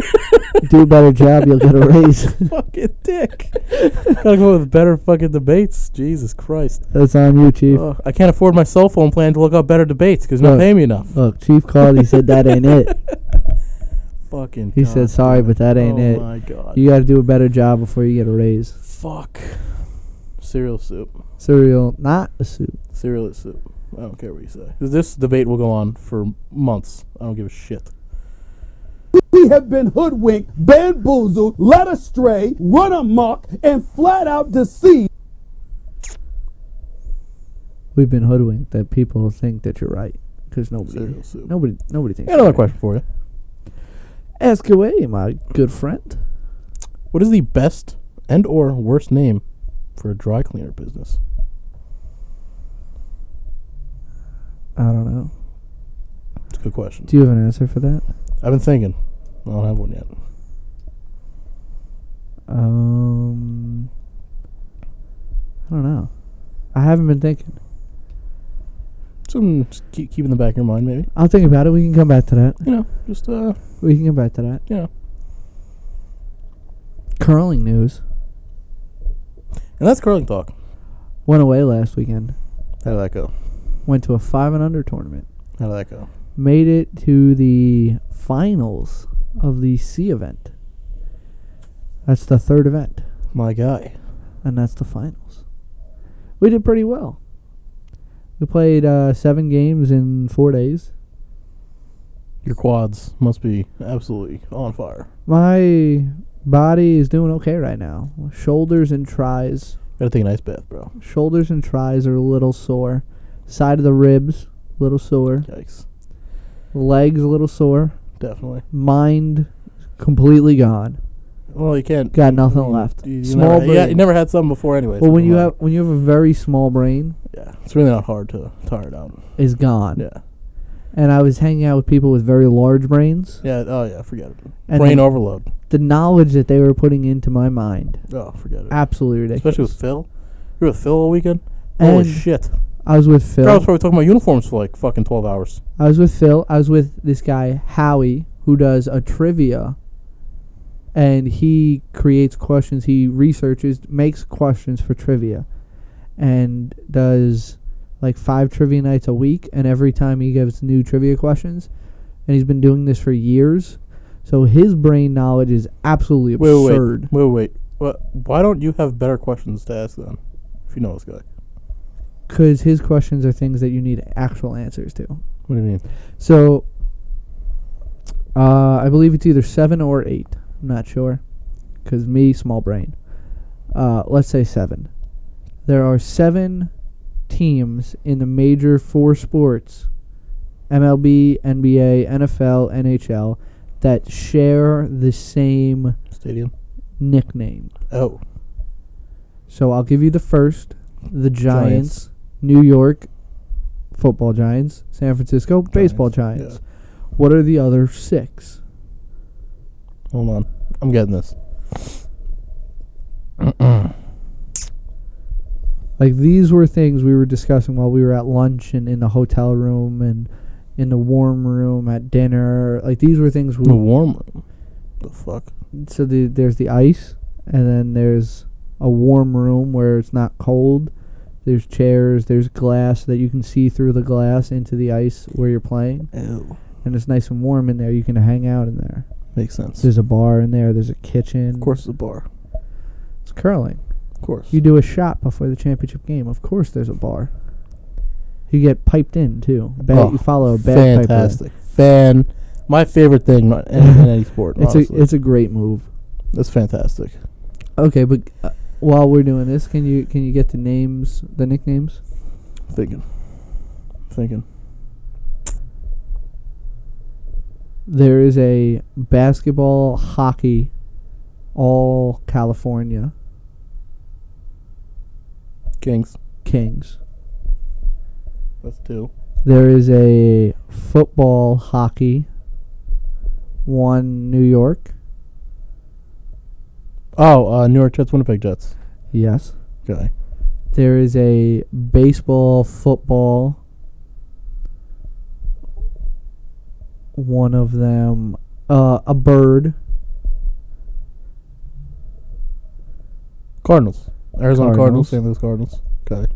A: Do a better job, you'll get a raise.
B: fucking dick. Gotta go with better fucking debates. Jesus Christ.
A: that's on you, Chief.
B: Ugh, I can't afford my cell phone plan to look up better debates because you're not
A: Look.
B: paying me enough.
A: Look, Chief called. He said that ain't it.
B: Fucking.
A: He
B: God
A: said sorry,
B: damn it.
A: but that ain't
B: oh
A: it.
B: Oh my god.
A: You got to do a better job before you get a raise.
B: Fuck. Cereal soup.
A: Cereal, not a soup.
B: Cereal is soup. I don't care what you say. This debate will go on for months. I don't give a shit.
G: We have been hoodwinked, bamboozled, led astray, run amok, and flat out deceived.
A: We've been hoodwinked that people think that you're right because nobody,
B: Cereal soup.
A: nobody, nobody thinks.
B: I got another
A: you're
B: question
A: right.
B: for you.
A: Ask away, my good friend.
B: What is the best and or worst name for a dry cleaner business?
A: I don't know.
B: It's a good question.
A: Do you have an answer for that?
B: I've been thinking. I don't have one yet.
A: Um, I don't know. I haven't been thinking.
B: Something just keep, keep in the back of your mind, maybe.
A: I'll think about it. We can come back to that.
B: You know, just uh,
A: We can come back to that.
B: you know.
A: Curling news
B: And that's curling talk.
A: went away last weekend.
B: How did that go?
A: Went to a five and under tournament.
B: How did that go?
A: Made it to the finals of the C event. That's the third event,
B: My guy.
A: and that's the finals. We did pretty well. We played uh, seven games in four days.
B: Your quads must be absolutely on fire.
A: My body is doing okay right now. Shoulders and tries.
B: Gotta take an ice bath, bro.
A: Shoulders and tries are a little sore. Side of the ribs, a little sore.
B: Yikes.
A: Legs, a little sore.
B: Definitely.
A: Mind, completely gone.
B: Well, you can't.
A: Got nothing
B: I mean,
A: left.
B: You, you
A: Small
B: never, yeah,
A: brain.
B: you never had something before, anyways.
A: well, when you
B: Come
A: have
B: on.
A: when you have a very small brain,
B: Yeah, it's really not hard to tire it out.
A: is gone.
B: Yeah.
A: And I was hanging out with people with very large brains.
B: Yeah. Oh, yeah. Forget it.
A: And
B: brain
A: the,
B: overload.
A: the knowledge that they were putting into my mind,
B: Oh, forget it.
A: absolutely ridiculous.
B: Especially with Phil. You were with Phil all weekend? Holy
A: And
B: shit.
A: I was with Phil.
B: I was probably talking about uniforms for like fucking 12 hours.
A: I was with Phil. I was with this guy Howie, who does a trivia, and he creates questions. He researches, makes questions for trivia, and does like five trivia nights a week. And every time he gives new trivia questions, and he's been doing this for years. So his brain knowledge is absolutely
B: Wait, wait,
A: absurd.
B: wait, wait, wait. What, why don't you have better questions to ask them? If you know this guy.
A: Because his questions are things that you need actual answers to.
B: What do you mean?
A: So, uh, I believe it's either seven or eight. I'm not sure, because me, small brain. Uh, let's say seven. There are seven teams in the major four sports: MLB, NBA, NFL, NHL, that share the same
B: Stadium.
A: nickname.
B: Oh,
A: So I'll give you the first: the Giants,
B: Giants.
A: New York football Giants, San Francisco baseball Giants. What are the other six?
B: hold on. I'm getting this.
A: Like these were things we were discussing while we were at lunch and in the hotel room and in the warm room at dinner. Like these were things
B: The
A: we.
B: warm room. The fuck.
A: So the, there's the ice, and then there's a warm room where it's not cold. There's chairs. There's glass that you can see through the glass into the ice where you're playing,
B: Oh,
A: and it's nice and warm in there. You can hang out in there.
B: makes sense.
A: There's a bar in there. There's a kitchen.
B: of course, the bar.
A: it's curling.
B: Of course.
A: You do a shot before the championship game. Of course, there's a bar. You get piped in too. Bad,
B: Oh,
A: you follow a bad piper.
B: fantastic fan. My favorite thing not in, in any sport.
A: It's
B: honestly.
A: a it's a great move.
B: That's fantastic.
A: Okay, but uh, while we're doing this, can you can you get the names, the nicknames?
B: Thinking, thinking.
A: There is a basketball, hockey, all California
B: Kings.
A: Kings.
B: That's two.
A: There is a football, hockey, one New York.
B: Oh, uh, New York Jets, Winnipeg Jets.
A: Yes.
B: Okay.
A: There is a baseball, football. One of them, uh, a bird.
B: Cardinals. Arizona Cardinals.
A: Cardinals.
B: San Luis Cardinals. Okay.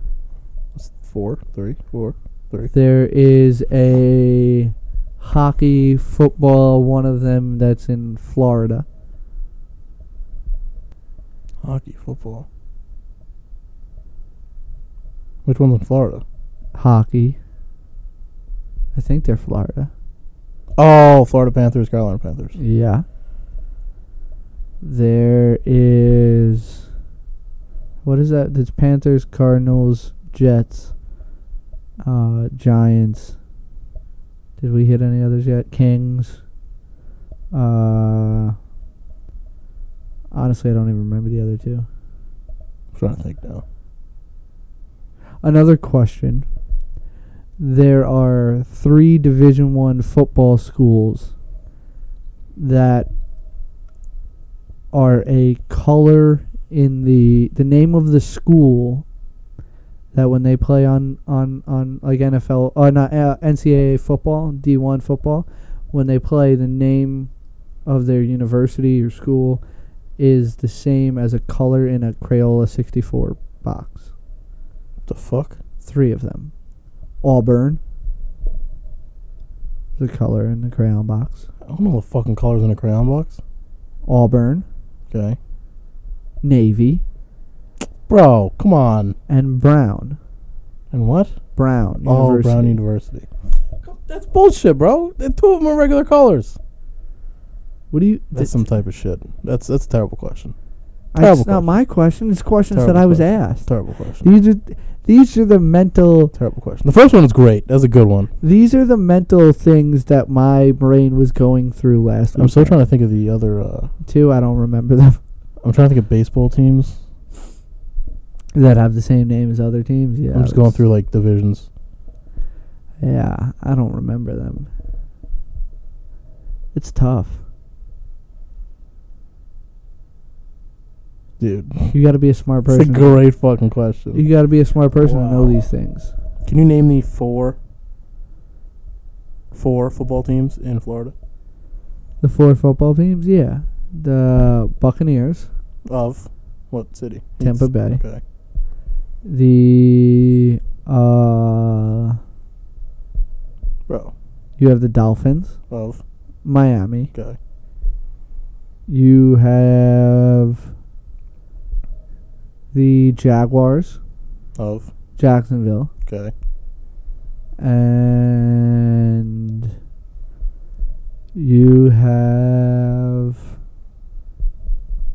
B: That's four, three, four, three.
A: There is a hockey, football. One of them that's in Florida.
B: Hockey, football. Which one's in Florida?
A: Hockey. I think they're Florida.
B: Oh, Florida Panthers, Carolina Panthers.
A: Yeah. There is. What is that? It's Panthers, Cardinals, Jets, uh, Giants. Did we hit any others yet? Kings. Uh, honestly, I don't even remember the other two.
B: I'm trying to think now.
A: Another question. There are three Division One football schools that are a color in the the name of the school that when they play on on on like NFL or not uh, NCAA football D one football when they play the name of their university or school is the same as a color in a Crayola sixty four box
B: The fuck?
A: three of them. Auburn, the color in the crayon box.
B: I don't know the fucking colors in a crayon box.
A: Auburn,
B: Okay.
A: navy,
B: Bro, come on.
A: and brown.
B: And what?
A: Brown
B: Oh,
A: University.
B: Brown University. That's bullshit, bro. The two of them are regular colors.
A: What do you?
B: That's some type of shit. That's that's a terrible question.
A: I, it's
B: terrible
A: not
B: question.
A: my question. It's questions that
B: Terrible
A: I was
B: question.
A: asked.
B: Terrible question.
A: These are these are the mental
B: Terrible question. The first one was great. That's a good one.
A: these are the mental things that my brain was going through last.
B: I'm still
A: weekend.
B: trying to think of the other. Uh,
A: Two, I don't remember them
B: I'm trying to think of baseball teams.
A: that have the same name as other teams. Yeah,
B: I'm just going
A: that's-
B: through like divisions.
A: Yeah, I don't remember them. It's tough.
B: Dude,
A: You got to be a smart
B: it's a
A: person.
B: great fucking question.
A: You got to be a smart person to know
B: Wow.
A: these things.
B: Can you name the four four football teams in Florida
A: The four football teams, yeah. The Buccaneers,
B: of what city?
A: Tampa Bay.
B: Okay.
A: the uh,
B: Bro,
A: You have the Dolphins,
B: of
A: Miami.
B: guy.
A: You have the Jaguars,
B: Of
A: Jacksonville,
B: guy.
A: and you have.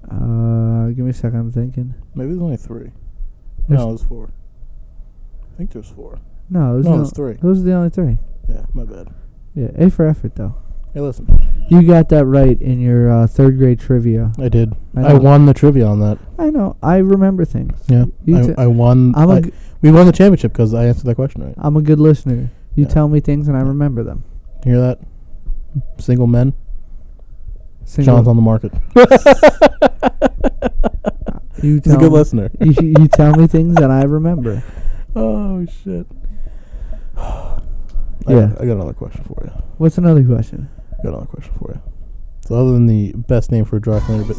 A: Uh, give me a second. I'm thinking.
B: Maybe there's only three.
A: There's-
B: no, there's four. I think there's four.
A: No, those
B: No,
A: are the-
B: it's three.
A: Those are the only three.
B: Yeah, my bad.
A: Yeah, A for effort though.
B: Hey, listen.
A: You got that right in your uh, third grade trivia.
B: I did.
A: I
B: I,
A: know.
B: won the trivia on that.
A: I know. I remember things.
B: Yeah,
A: You
B: I,
A: t-
B: I won.
A: I'm a
B: I-
A: g-
B: we won the championship because I answered that question right.
A: I'm a good listener. You
B: Yeah.
A: tell me things and I remember them.
B: Hear that? Single men.
A: Single-
B: John's on the market.
A: You
B: He's a
A: tell
B: good
A: me,
B: listener.
A: you, you tell me things that I remember.
B: Oh shit. I
A: Yeah.
B: Got, I got another question for you.
A: What's another question?
B: I got another question for you. So other than the best name for a dry cleaner, but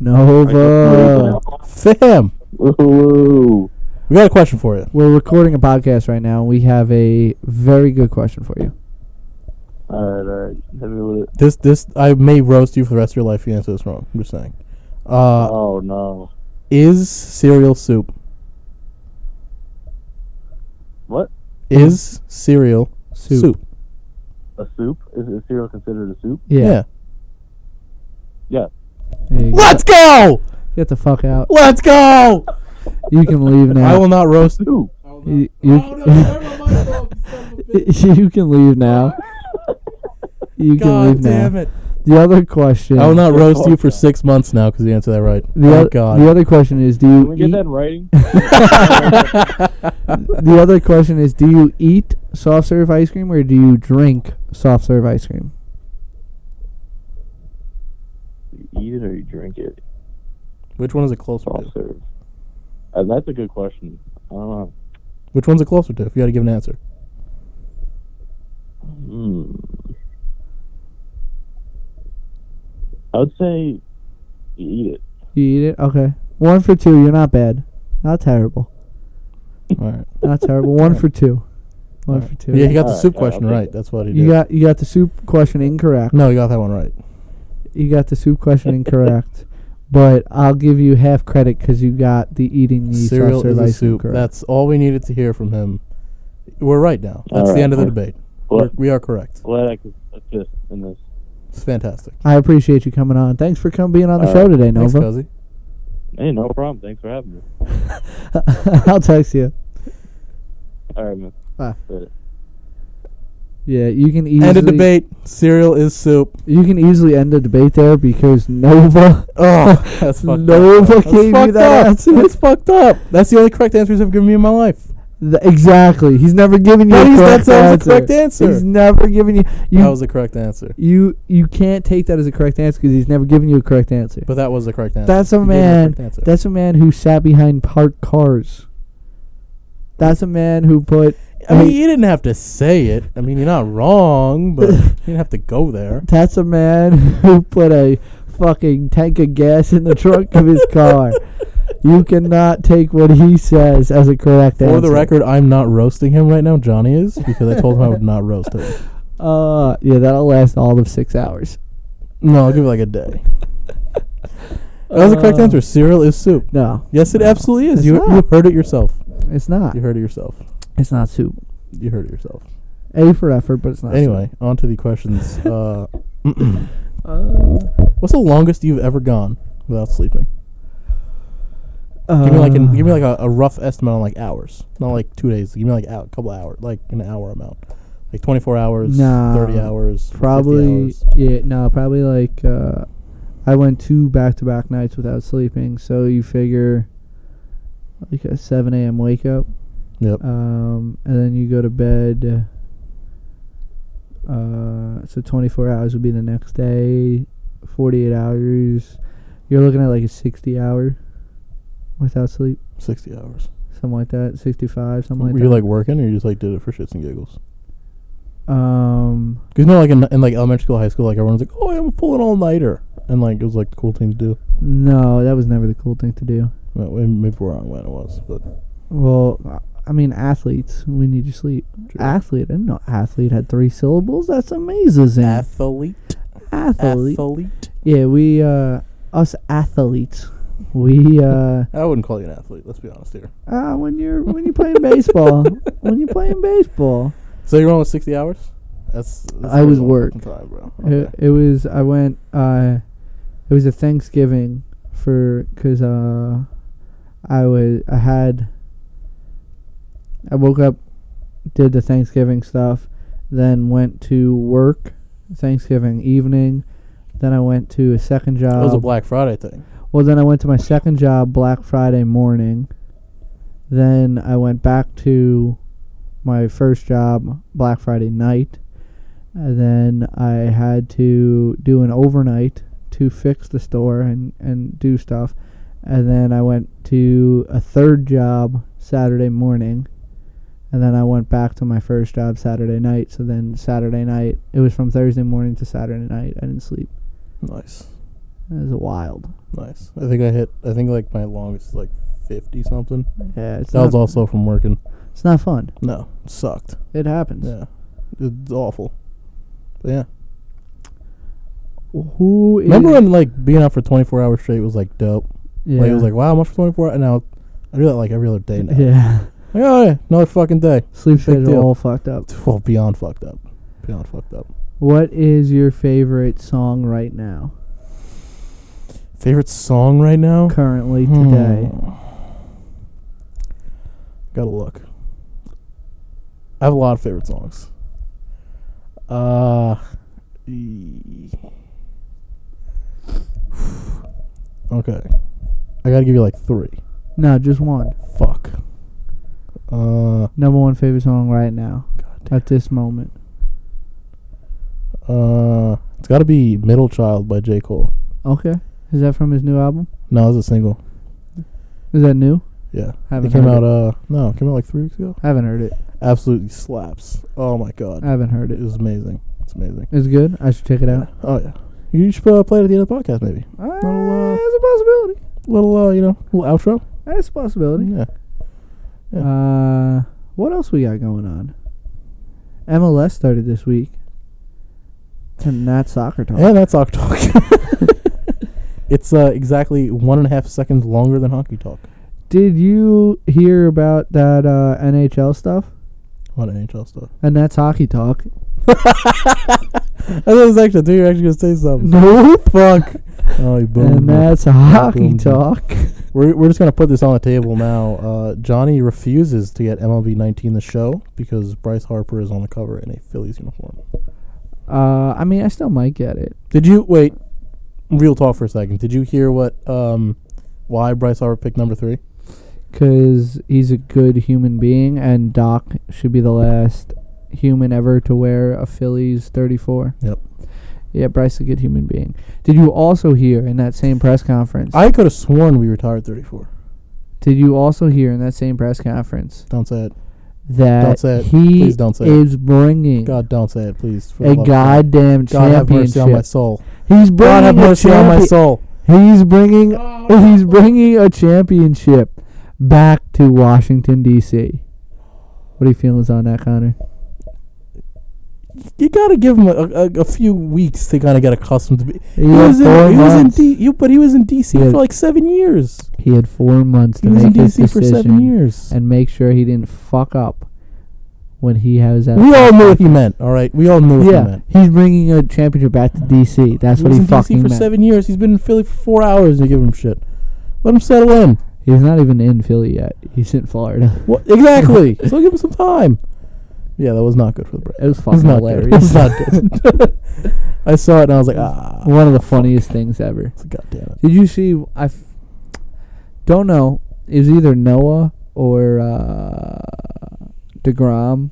A: Nova.
B: fam,
C: Woohoo!
B: we got a question for you.
A: We're recording a podcast right now. We have a very good question for you.
C: All right, all right. Hit me with it.
B: This this I may roast you for the rest of your life if you answer this wrong. I'm just saying. Uh,
C: oh no!
B: is cereal soup?
C: What?
B: Is cereal
A: Soup.
C: A soup? Is, is cereal considered a soup?
A: Yeah.
B: Yeah.
A: There you go.
B: Let's go!
A: Get the fuck out.
B: Let's go!
A: You can leave
B: I
A: now.
B: will not roast.
C: Soup.
A: you, you, you can leave now. You can
B: God
A: leave
B: damn
A: now.
B: it!
A: The other question.
B: I will not roast you for six months now because you answered that right.
A: The,
B: oh
A: oth-
B: God!
A: the other question is do
C: Can
A: you
C: we get
A: eat,
C: that in writing?
A: the other question is do you eat soft serve ice cream or do you drink soft serve ice cream?
C: you eat it or you drink it.
B: Which one is it closer
C: Soft
B: to?
C: serve. Uh, that's a good question. I don't know.
B: Which one's it closer to? If you had to give an answer,
C: Hmm. I would say you eat it.
A: You eat it? Okay. One for two, you're not bad. Not terrible.
B: all right.
A: Not terrible. One for two. One for two.
B: Yeah, he got the
C: Alright,
B: soup
C: alright,
B: question
C: I'll take
B: right.
C: it.
B: That's what he did.
A: you got you got the soup question incorrect.
B: no, he got that one right.
A: You got the soup question incorrect. But I'll give you half credit because you got the eating the soft
B: Cereal
A: serve
B: is a
A: ice cream
B: soup.
A: correct.
B: That's all we needed to hear from him. We're right now. That's the
C: Alright,
B: end of the
C: yeah.
B: debate. We're,
C: But
B: we are correct.
C: glad I could assist in this.
B: It's fantastic.
A: I appreciate you coming on. Thanks for coming being on the
C: All
A: show
C: right.
A: today,
B: Thanks,
A: Nova.
B: Cuzzy.
C: Hey, no problem. Thanks for having me.
A: I'll text you.
C: All right, man.
A: Bye.
C: Later.
A: Yeah, you can easily
B: End of debate. Cereal is soup.
A: You can easily end the debate there because Nova
B: Oh, that's fucked up.
A: Nova
B: That's
A: gave you
B: fucked
A: that
B: up.
A: answer.
B: That's fucked up. That's the only correct answers I've given you in my life.
A: Th- exactly. He's never given you
B: That
A: a
B: is-
A: correct
B: that was
A: answer.
B: the correct answer.
A: He's never given you you
B: that was the correct answer.
A: you you can't take that as a correct answer because he's never given you a correct answer.
B: But that was the correct answer.
A: that's a
B: You gave me the
A: man.
B: correct answer.
A: That's a man who sat behind parked cars. That's a man who put
B: I mean, you didn't have to say it. I mean, you're not wrong, but you didn't have to go there.
A: That's a man who put a fucking tank of gas in the trunk of his car. You cannot take what he says as a correct answer.
B: For the record, I'm not roasting him right now. Johnny is because I told him I would not roast him.
A: Uh, yeah, that'll last all of six hours.
B: No, I'll give it like a day. That was the correct
A: Uh,
B: answer. Cereal is soup.
A: No,
B: Yes, it absolutely is.
A: It's
B: You, you
A: not.
B: heard it yourself.
A: it's not.
B: You heard it yourself.
A: It's not soup.
B: You heard it yourself.
A: A for effort, but it's not.
B: Anyway, on to the questions. Uh,
A: soup. Uh,
B: what's the longest you've ever gone without sleeping? Give me
A: Uh.
B: like an, give me like a, a rough estimate on like hours, not like two days. Give me like a couple hours, like an hour amount, like twenty four hours,
A: Nah,
B: thirty hours, 50
A: probably
B: hours.
A: yeah. No, probably like uh, I went two back to back nights without sleeping. So you figure like a seven a.m. wake up.
B: Yep.
A: Um, and then you go to bed. Uh, so 24 hours would be the next day. 48 hours. You're looking at like a 60 hour without sleep,
B: Sixty hours.
A: something like that. 65, something like
B: Were
A: that.
B: you like working, or you just like did it for shits and giggles?
A: um,
B: Because you know, like in, in like elementary school, high school, like everyone's like, "Oh, I'm pulling all nighter," and like it was like the cool thing to do.
A: no, that was never the cool thing to do.
B: Well, we- maybe we're wrong when it was, but
A: Well, I mean, athletes, we need your sleep. Athlete, I didn't know athlete had three syllables. That's amazing.
B: Athlete.
A: athlete.
B: Athlete.
A: Yeah, we, uh, us athletes, we, uh,
B: I wouldn't call you an athlete. Let's be honest here.
A: uh when you're, when you're playing baseball, when you're playing baseball,
B: So you're on with sixty hours? That's, that's
A: I
B: a
A: was
B: long
A: work. Uh,
B: fucking Time, bro.
A: It,
B: Okay.
A: it was I went uh it was a Thanksgiving for cuz uh I was I had I woke up did the Thanksgiving stuff then went to work Thanksgiving evening then I went to a second
B: That
A: job
B: was a Black Friday thing.
A: well, then I went to my second job Black Friday morning. Then I went back to my first job Black Friday night. And then I had to do an overnight to fix the store and, and do stuff. And then I went to a third job Saturday morning. And then I went back to my first job Saturday night. So then Saturday night, it was from Thursday morning to Saturday night. I didn't sleep.
B: Nice,
A: It was wild.
B: nice. I think I hit. I think like my longest is like fifty something.
A: Yeah, it's
B: That
A: not,
B: was also from working.
A: it's not fun.
B: No, it sucked.
A: It happens.
B: Yeah, it's awful. But yeah.
A: Who is
B: Remember when like being out for twenty four hours straight was like dope.
A: yeah.
B: Like it was like wow, I'm out for twenty four, and now I do that like every other day now.
A: yeah.
B: Like, oh yeah, another fucking day.
A: Sleep schedule
B: deal.
A: all fucked up.
B: Well, beyond fucked up. Beyond fucked up.
A: What is your favorite song right now?
B: Favorite song right now?
A: Currently
B: Hmm.
A: today.
B: Gotta look. I have a lot of favorite songs. Uh. e- Okay. I gotta give you like three.
A: No, just one.
B: Fuck. Uh.
A: Number one favorite song right now.
B: God
A: At this moment.
B: Uh. It's gotta be Middle Child by J. Cole.
A: Okay. Is that from his new album?
B: No, it's a single.
A: Is that new?
B: Yeah.
A: Haven't
B: it came
A: heard
B: out,
A: it.
B: uh. No, it came out like three weeks ago.
A: I haven't heard it.
B: Absolutely slaps. Oh my god.
A: I haven't heard
B: It
A: it.
B: was amazing. It's amazing.
A: It's good. I should check it out.
B: Oh yeah. You should uh, play it at the end of the podcast, maybe.
A: Ah,
B: Well, uh,
A: that's a possibility.
B: Little, uh, you know, little outro.
A: That's a possibility.
B: Yeah. yeah.
A: Uh, what else we got going on? MLS started this week. And that's soccer talk.
B: And that's Hawk Talk. it's uh, exactly one and a half seconds longer than Hockey Talk
A: Did you hear about that uh, NHL stuff?
B: on NHL stuff.
A: And that's hockey talk.
B: I thought it was actually, dude, you're actually going to say something.
A: No fuck.
B: Oh, you boom.
A: and that's hockey
B: Boom.
A: talk.
B: We're, we're just going to put this on the table now. Uh, Johnny refuses to get MLB 19 the show because Bryce Harper is on the cover in a Phillies uniform.
A: Uh, I mean, I still might get it.
B: Did you, wait, real talk for a second. Did you hear what, um, why Bryce Harper picked number three?
A: Because he's a good human being, and Doc should be the last human ever to wear a Phillies 34.
B: Yep.
A: Yeah, Bryce is a good human being. Did you also hear in that same press conference?
B: I could have sworn we retired 34.
A: did you also hear in that same press conference
B: Don't say it.
A: that
B: say it.
A: he
B: Please don't say it.
A: is bringing
B: God, don't say it, please. for the
A: a
B: love of God.
A: goddamn
B: God have mercy on my
A: championship.
B: soul.
A: He's bringing
B: God have
A: a
B: mercy on my
A: champion-
B: soul.
A: He's bringing he's bringing a championship back to Washington D.C. What are your feelings on that, Connor?
B: You gotta give him a, a, a few weeks to kind of get accustomed to be.
A: He,
B: He
A: had
B: was in,
A: four
B: he was in
A: months.
B: D, you, but he was in DC
A: Yeah.
B: for like seven years.
A: he had four months
B: He
A: to
B: was in
A: make his
B: DC for seven
A: decision
B: years.
A: and make sure he didn't fuck up when he has that.
B: we all knew what he meant. All right, we all knew what he
A: Yeah,
B: meant.
A: he's bringing a championship back to D.C. That's
B: he
A: what
B: was
A: he
B: in DC
A: fucking
B: for
A: meant.
B: seven years. He's been in Philly for four hours, and you give him shit. Let him settle in.
A: He's not even in Philly yet. He's in Florida.
B: What exactly? so give him some time. Yeah, that was not good for the Braves.
A: It was
B: It's
A: fucking
B: not good. It's
A: hilarious.
B: not good. I saw it and I was like, ah,
A: One of the funniest things ever.
B: god damn it.
A: Did you see? I f- don't know. It was either Noah or uh, Degrom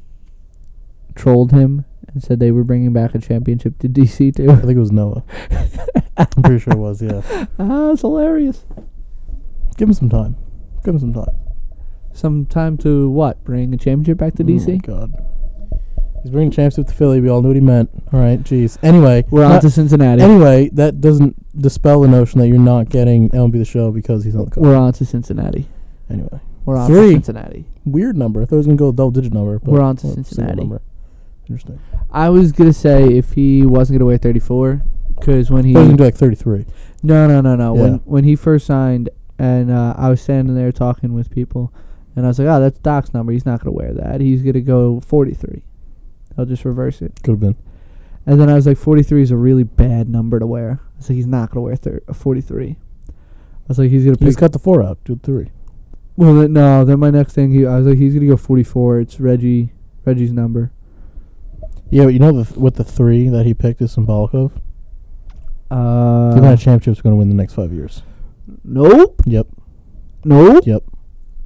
A: trolled him and said they were bringing back a championship to DC
B: I
A: too.
B: think it was Noah. I'm pretty sure it was. Yeah,
A: ah, it's hilarious.
B: give him some time. Give him some time.
A: Some time to what? Bring a championship back to
B: Oh my
A: DC?
B: god, he's bringing champs up to Philly. We all knew what he meant. All right, jeez. Anyway,
A: We're on
B: not-
A: to Cincinnati.
B: anyway. That doesn't dispel the notion that you're not getting MLB the show because he's on the cover.
A: We're on to Cincinnati.
B: Anyway,
A: We're on
B: Three.
A: to Cincinnati.
B: Weird number. I thought it was gonna go double digit number. But
A: We're on to
B: well, single
A: Cincinnati.
B: number. Interesting.
A: I was gonna say if he wasn't gonna wear 34, because when he
B: I was gonna do like thirty three.
A: No, no, no, no. When
B: Yeah.
A: when he first signed, and uh, I was standing there talking with people, and I was like, "Oh, that's Doc's number. He's not gonna wear that. He's gonna go 43. I'll just reverse it."
B: Could have been.
A: And then I was like, "43 is a really bad number to wear." I was like, "He's not gonna wear thir- uh, 43." I was like, "He's gonna pick."
B: He's cut the four out. Do three.
A: well, then, no. Then my next thing, he, I was like, "He's gonna go 44. It's Reggie, Reggie's number."
B: Yeah, but you know the th- what the three that he picked is symbolic of. the
A: Uh,
B: Atlanta championship's going to win the next five years.
A: nope,
B: Yep.
A: nope,
B: Yep.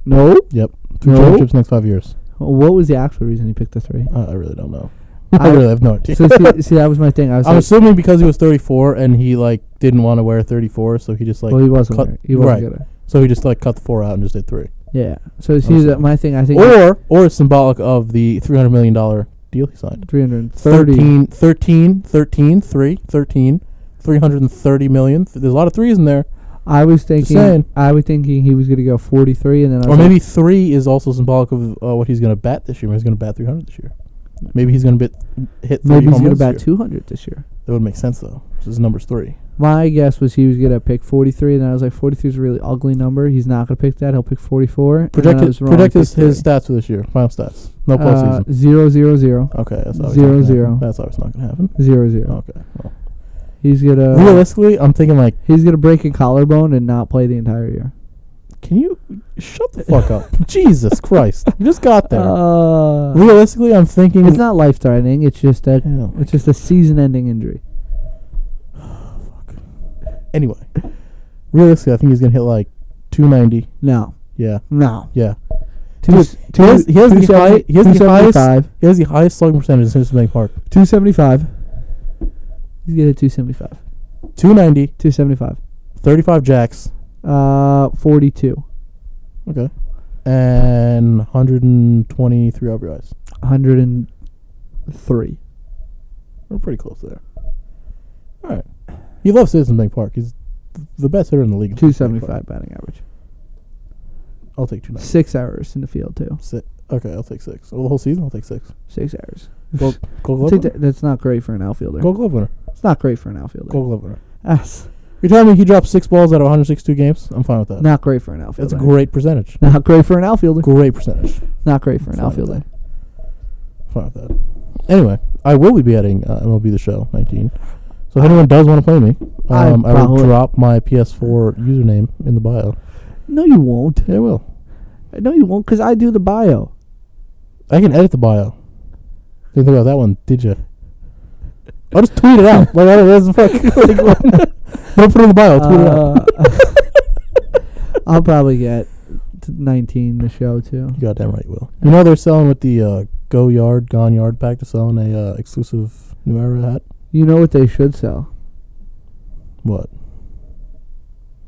A: nope.
B: Yep. Three
A: No.
B: championships next five years.
A: What was the actual reason he picked the three?
B: Uh, I really don't know. I,
A: I-
B: really have no idea.
A: so see, see, that was my thing. I was
B: I'm
A: like,
B: assuming because he was 34 and he like didn't want to wear 34, so he just like
A: well, he wasn't.
B: cut-
A: wearing- he wasn't
B: right.
A: gonna.
B: so he just like cut the four out and just did three.
A: Yeah. So see that my thing. I think
B: Or or it's symbolic of the 300 million dollar deal he signed.
A: 330.
B: 13, 13, 13, 3, 13, 330 million. Th- There's a lot of threes in there.
A: I was
B: saying.
A: thinking. I was thinking he was gonna go 43, and then I
B: Or
A: was like,
B: maybe three is also symbolic of uh, what he's going to bat this year. Maybe he's going to bat 300 this year. Maybe he's going to hit 30
A: maybe he's
B: home
A: gonna
B: runs
A: bat
B: this year.
A: 200 this year.
B: That would make sense though. This is number three.
A: My guess was he was gonna pick 43, and then I was like, 43 is a really ugly number. He's not gonna pick that. He'll pick 44. and then I
B: Project, his,
A: was wrong,
B: project
A: he
B: his,
A: picked
B: his
A: three.
B: stats for this year. Final stats. No Oh. postseason.
A: Uh, zero zero zero
B: okay, that's obviously
A: zero,
B: not gonna happen.
A: zero.
B: That's obviously not gonna happen.
A: zero zero. Uh,
B: Okay. Well.
A: He's gonna
B: Realistically, I'm thinking like,
A: he's gonna break a collarbone and not play the entire year.
B: can you shut the fuck up? Jesus Christ! You just got there.
A: Uh,
B: Realistically, I'm thinking.
A: it's not life threatening. It's just a
B: Yeah.
A: it's just a season ending injury.
B: anyway. Realistically, I think he's gonna hit like 290.
A: No,
B: Yeah.
A: no.
B: Yeah.
A: Two,
B: Dude, he has- he has the high- he has the highest-
A: 275.
B: He has the highest slugging percentage since Bank Park.
A: 275. He's gonna hit 275.
B: 290,
A: 275.
B: 35 jacks.
A: Uh, 42.
B: Okay. And 123 RBIs.
A: 103.
B: We're pretty close there. All right. He loves Citizens Bank Park. He's th- the best hitter in the league. in Citizens Bank Park.
A: 275 batting average.
B: I'll take two nine.
A: Six errors in the field too.
B: Six. Okay, I'll take six. Well, the whole season, I'll take six.
A: Six errors.
B: Gold, gold
A: I'll
B: glove
A: take
B: winner.
A: that, that's not great for an outfielder.
B: Gold glove winner.
A: It's not great for an outfielder.
B: Gold glove winner.
A: That's
B: You're telling me he dropped six balls out of 162 games? I'm fine with that.
A: not great for an outfielder.
B: That's a great percentage.
A: Not great for an outfielder.
B: Great percentage.
A: Not great for an
B: Fine with
A: outfielder.
B: that. Fine with that. Anyway, I will be adding uh, MLB The Show 19. So if anyone does want to play me,
A: I
B: um, I, will
A: probably-
B: drop my PS4 username in the bio.
A: No, you won't.
B: Yeah, I will.
A: No, you won't, because I do the bio.
B: I can edit the bio. Didn't think about that one, did you? I'll just tweet it out. like, I don't know, what the fuck. Like, what? don't put it in the bio. I'll tweet it out.
A: Uh, I'll probably get to 19 the show too.
B: You goddamn right, you will. You know they're selling with the uh, Go Yard, Gone Yard pack. They're selling a uh, exclusive New Era hat.
A: You know what they should sell?
B: What?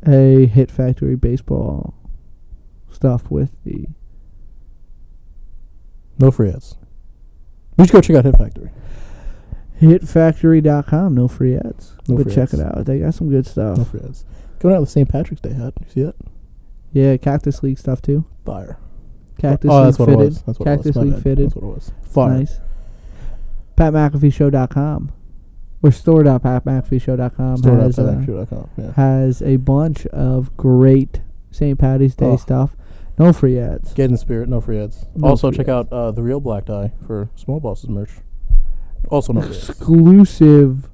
A: A Hit Factory baseball stuff with the.
B: No free ads. We should go check out Hit Factory.
A: HitFactory.com, no free ads.
B: No
A: but
B: free ads.
A: check it out. They got some good
B: No
A: stuff.
B: free ads. Coming out with St. Patrick's Day hat. You see that?
A: Yeah, Cactus League stuff too.
B: Fire.
A: Cactus
B: oh,
A: League
B: that's what
A: fitted.
B: it was. That's what
A: Cactus
B: it was. My
A: League
B: bad.
A: fitted.
B: That's what it was. Fire.
A: Nice. PatMcAfeeShow.com or store.patmcafeeshow.com
B: Store
A: has, uh,
B: Yeah.
A: has a bunch of great St. Patty's Day
B: Oh.
A: stuff. No free ads.
B: Get in the spirit, no free ads.
A: No
B: also,
A: free
B: check
A: ads.
B: out uh, the real Black Dye for Small Bosses merch. Also, no free ads.
A: exclusive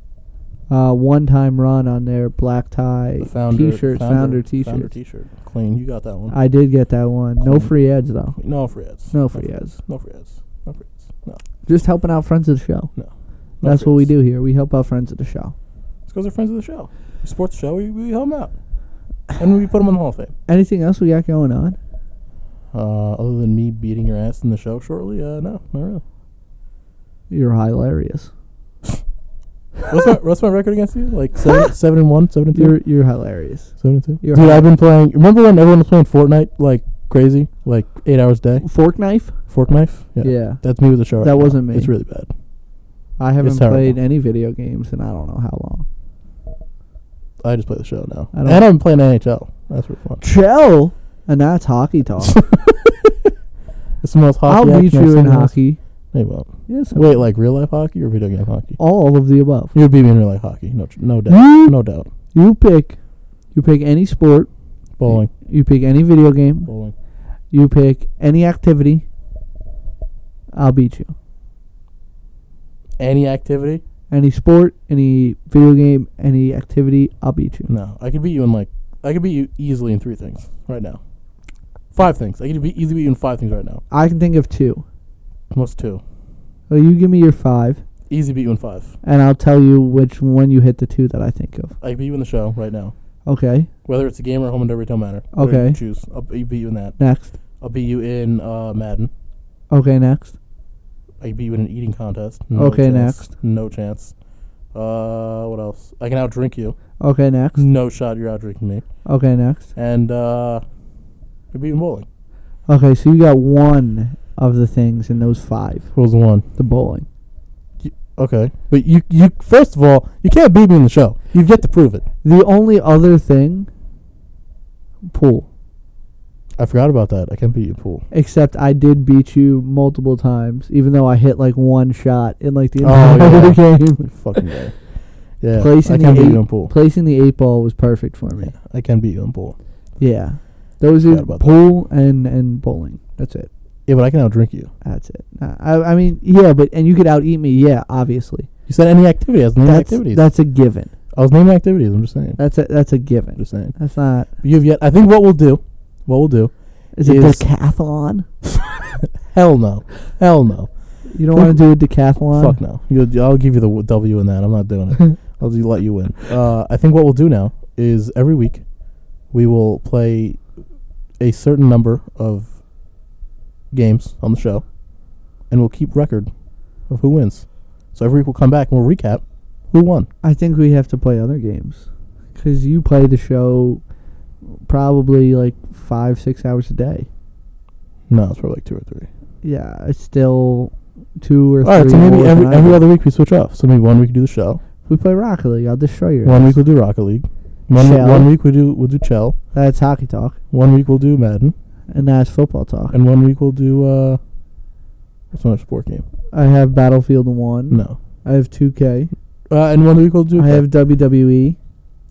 A: uh, one-time run on their black tie
B: The founder
A: t-shirts, founder, t-shirts.
B: founder T-shirt. Clean, you got that one.
A: I did get that one. No
B: Clean.
A: free ads though.
B: no free ads.
A: No free ads.
B: No free ads. No free ads. No.
A: Just helping out friends of the show.
B: No. no
A: That's
B: free
A: what we
B: ads.
A: do here. We help out friends of the show.
B: It's because they're friends of the show. We support the show. We, we help them out, and we put them on the Hall of Fame.
A: Anything else we got going on?
B: Uh, other than me beating your ass in the show shortly, uh, no, not really.
A: You're hilarious.
B: What's my, what's my record against you? Like seven, seven and one, seven and 2
A: You're you're hilarious.
B: seven and 2
A: you're
B: Dude,
A: hot.
B: I've been playing. Remember when everyone was playing Fortnite like crazy, like eight hours a day?
A: Fork knife?
B: Fork knife.
A: Yeah.
B: That's me with the show. right
A: That
B: now.
A: wasn't me.
B: It's really bad.
A: I haven't
B: terrible.
A: played any video games in I don't know how long.
B: I just play the show now,
A: I
B: and
A: don't-
B: I've been playing NHL. That's really fun.
A: Chill. And that's hockey talk.
B: If someone else hockey
A: I'll
B: act
A: beat
B: next
A: you in
B: time,
A: hockey.
B: They won't.
A: Yes. I-
B: Wait, like real life hockey or video game hockey?
A: all of the above.
B: You would beat me in real life hockey. No, tr- no doubt.
A: You,
B: No doubt.
A: you pick. You pick any sport.
B: Bowling.
A: You pick any video game.
B: Bowling.
A: You pick any activity. I'll beat you.
B: Any activity?
A: Any sport, any video game, any activity, I'll beat you.
B: No, I could beat you in like I could beat you easily in three things right now. Five things. I could be easily beat you in five things right now.
A: I can think of two.
B: Most two.
A: So you give me your five,
B: Easy beat you in five.
A: and I'll tell you which one you hit the two that I think of.
B: I could beat you in the show right now.
A: Okay.
B: Whether it's a game or home and derby, don't matter. Whatever you
A: Okay.
B: Choose. I'll be- beat you in that.
A: Next.
B: I'll beat you in uh, Madden.
A: Okay. Next.
B: I could beat you in an eating contest. No
A: Okay,
B: chance.
A: next.
B: No chance. Uh, what else? I can outdrink you.
A: Okay. Next.
B: No shot. You're outdrinking me.
A: Okay. Next.
B: And uh, I beat you in bowling.
A: Okay. So you got one of the things in those five.
B: Who was the one?
A: The bowling.
B: Okay, but you you first of all you can't beat me in the show. You've yet to prove it.
A: The only other thing. Pool.
B: I forgot about that. I can't beat you in pool.
A: Except I did beat you multiple times, even though I hit like one shot in like the
B: Oh,
A: entire
B: yeah.
A: game.
B: You fucking guy. Yeah, I
A: Placing
B: can
A: the
B: beat
A: eight-
B: you in pool.
A: Placing the eight ball was perfect for me.
B: Yeah, I can beat you in pool.
A: Yeah. Those
B: Forgot
A: are
B: about that.
A: pool and, and bowling. That's it.
B: Yeah, but I can outdrink you.
A: That's it. Uh, I, I mean, yeah, but and you could out eat me. Yeah, obviously.
B: You said any activity? I was naming
A: That's
B: activities.
A: that's a given.
B: I was naming activities. I'm just saying.
A: That's a that's a
B: I'm
A: given.
B: just saying.
A: That's not.
B: You've yet. I think what we'll do, what we'll do.
A: Is it
B: Is-
A: decathlon?
B: Hell no. Hell no.
A: You don't want to do a decathlon.
B: Fuck no. You, I'll give you the w- W in that. I'm not doing it. I'll just let you win. Uh, I think what we'll do now is every week we will play a certain number of games on the show, and we'll keep record of who wins. So every week we'll come back and we'll recap who won.
A: I think we have to play other games, because you play the show probably like five six hours a day.
B: No, it's probably like two or three.
A: Yeah, it's still two or
B: All right,
A: three.
B: so maybe
A: more
B: every
A: than I
B: every
A: do.
B: other week we switch off. So maybe one week we do the show,
A: we play Rocket League. I'll destroy your
B: one
A: ass.
B: week we'll do Rocket League, one
A: Shell.
B: one week we do we'll do Chell,
A: That's hockey talk,
B: one week we'll do Madden.
A: and that's football talk.
B: And one week we'll do uh what's another sport game?
A: I have Battlefield One.
B: No.
A: I have 2K.
B: Uh, and one week we'll do
A: Hmm. I have WWE.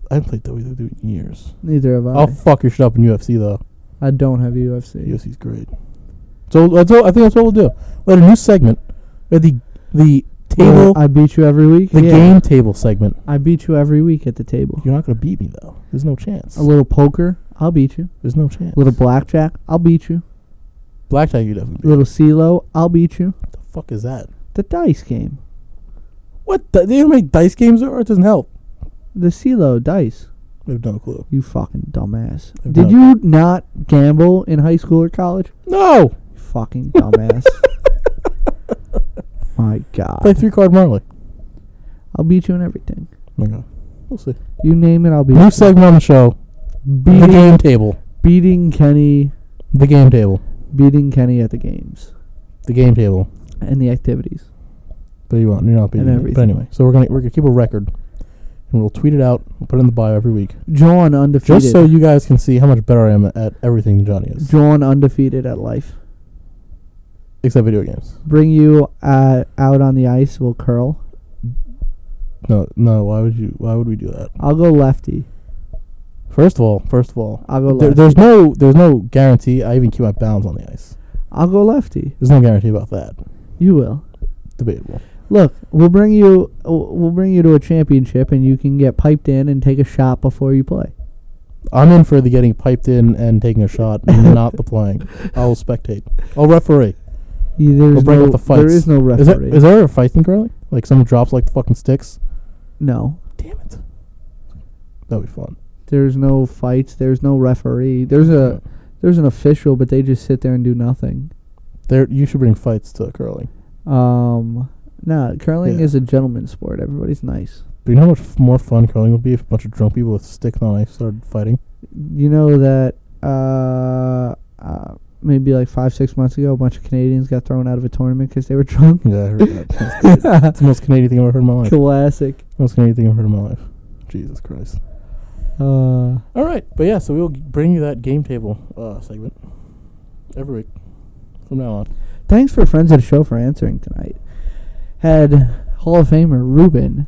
B: I haven't played WWE in years.
A: Neither have I.
B: I'll fuck your shit up in UFC though.
A: I don't have UFC.
B: UFC's great. So that's all, I think that's what we'll do. We had a new segment. We had the the
A: Well,
B: table
A: I beat you every week.
B: the
A: Yeah.
B: game table segment.
A: I beat you every week at the table.
B: You're not gonna beat me though. There's no chance.
A: A little poker, I'll beat you.
B: There's no chance.
A: A little blackjack, I'll beat you.
B: blackjack you definitely
A: A
B: beat.
A: little CeeLo, I'll beat you.
B: What the fuck is that?
A: The dice game.
B: What the, do you know how many dice games there are? It doesn't help.
A: The CeeLo dice.
B: I have no clue.
A: You fucking dumbass.
B: I've
A: Did
B: done-
A: you not gamble in high school or college?
B: No!
A: You fucking dumbass. My
B: Play
A: God.
B: three card Marley.
A: I'll beat you in everything.
B: My god. We'll see.
A: You name it, I'll beat
B: New
A: you.
B: segment on the show. The
A: Beating,
B: game table.
A: beating Kenny,
B: The game table.
A: beating Kenny at the games
B: The game table.
A: and the activities.
B: But you won't. You're not beating
A: And
B: it. But
A: everything.
B: anyway, so we're gonna we're gonna keep a record, and we'll tweet it out. We'll put it in the bio every week,
A: John undefeated.
B: just so you guys can see how much better I am at everything than Johnny is,
A: John undefeated at life.
B: except video games.
A: Bring you uh, out on the ice. We'll curl.
B: No, no. Why would you? Why would we do that?
A: I'll go lefty.
B: First of all, first of all,
A: I'll go
B: there,
A: lefty.
B: there's no there's no guarantee. I even keep my balance on the ice.
A: I'll go lefty.
B: There's no guarantee about that.
A: You will.
B: Debatable.
A: Look, we'll bring you. w- We'll bring you to a championship, and you can get piped in and take a shot before you play.
B: I'm in for the getting piped in and taking a shot, and not the playing. I'll spectate. I'll referee.
A: You-
B: We'll
A: There's
B: bring
A: no,
B: up the fights.
A: There is no referee.
B: Is there, is there ever fights in Curling? Like someone drops like the fucking sticks.
A: no.
B: Damn it. That'd be fun.
A: There's no fights. There's no referee. There's a. There's an official, but they just sit there and do nothing.
B: There, you should bring fights to curling.
A: Um. No, curling
B: Yeah.
A: is a gentleman's sport. Everybody's nice.
B: But you know how much f- more fun curling would be if a bunch of drunk people with sticks on ice started fighting?
A: you know that uh, uh, maybe like five six months ago, a bunch of Canadians got thrown out of a tournament because they were drunk.
B: Yeah, I heard that. That's great. It's the most Canadian thing I've ever heard in my life.
A: Classic.
B: Most Canadian thing I've heard in my life. Jesus Christ.
A: Uh,
B: All right. But yeah, so we'll g- bring you that game table uh, segment every week. from now on.
A: Thanks for friends of the show for answering tonight. Had Hall of Famer Ruben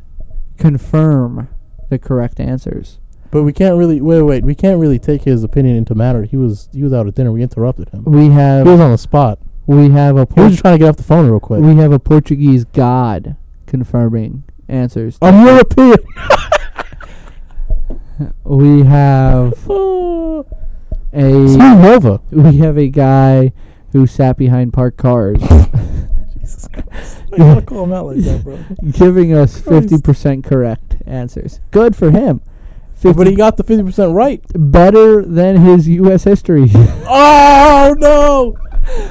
A: confirm the correct answers.
B: But we can't really wait. Wait, we can't really take his opinion into matter. He was he was out at dinner. We interrupted him.
A: We
B: He was
A: have
B: on the spot.
A: we have a
B: He was
A: Port-
B: just trying to get off the phone real quick.
A: we have a Portuguese god confirming answers.
B: I'm European.
A: We have a
B: Smooth Nova.
A: we have a guy who sat behind parked cars
B: Jesus Christ! I gotta call him out like that, bro.
A: giving us 50% correct answers. Good for him. 50
B: But he got the fifty percent right.
A: better than his US history.
B: Oh no!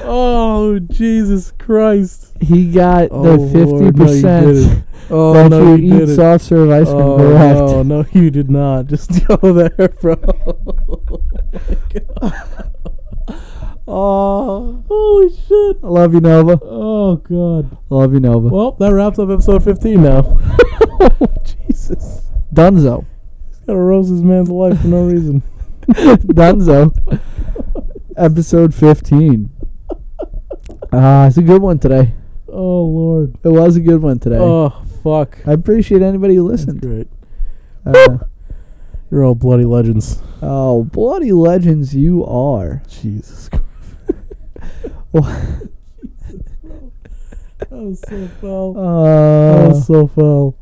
B: Oh Jesus Christ!
A: He got
B: Oh,
A: the fifty
B: Lord, no, you
A: percent
B: didn't. Oh
A: that
B: no,
A: you
B: you
A: eat
B: didn't.
A: soft serve ice cream.
B: oh
A: correct.
B: no, no, you did not. Just go there, bro. Oh, my God. oh, holy shit!
A: Love you, Nova.
B: Oh god.
A: Love you, Nova.
B: Well, that wraps up episode fifteen now. Jesus,
A: Dunzo.
B: gotta roast this man's life for no reason.
A: Dunzo. Episode fifteen. Ah, it's a good one today.
B: Oh lord.
A: It was a good one today.
B: Oh fuck.
A: I appreciate anybody who
B: That's
A: listened.
B: great.
A: Uh,
B: You're all bloody legends.
A: oh, bloody legends you are.
B: Jesus Christ.
A: Well,
B: That was so foul. that
A: uh,
B: was so foul.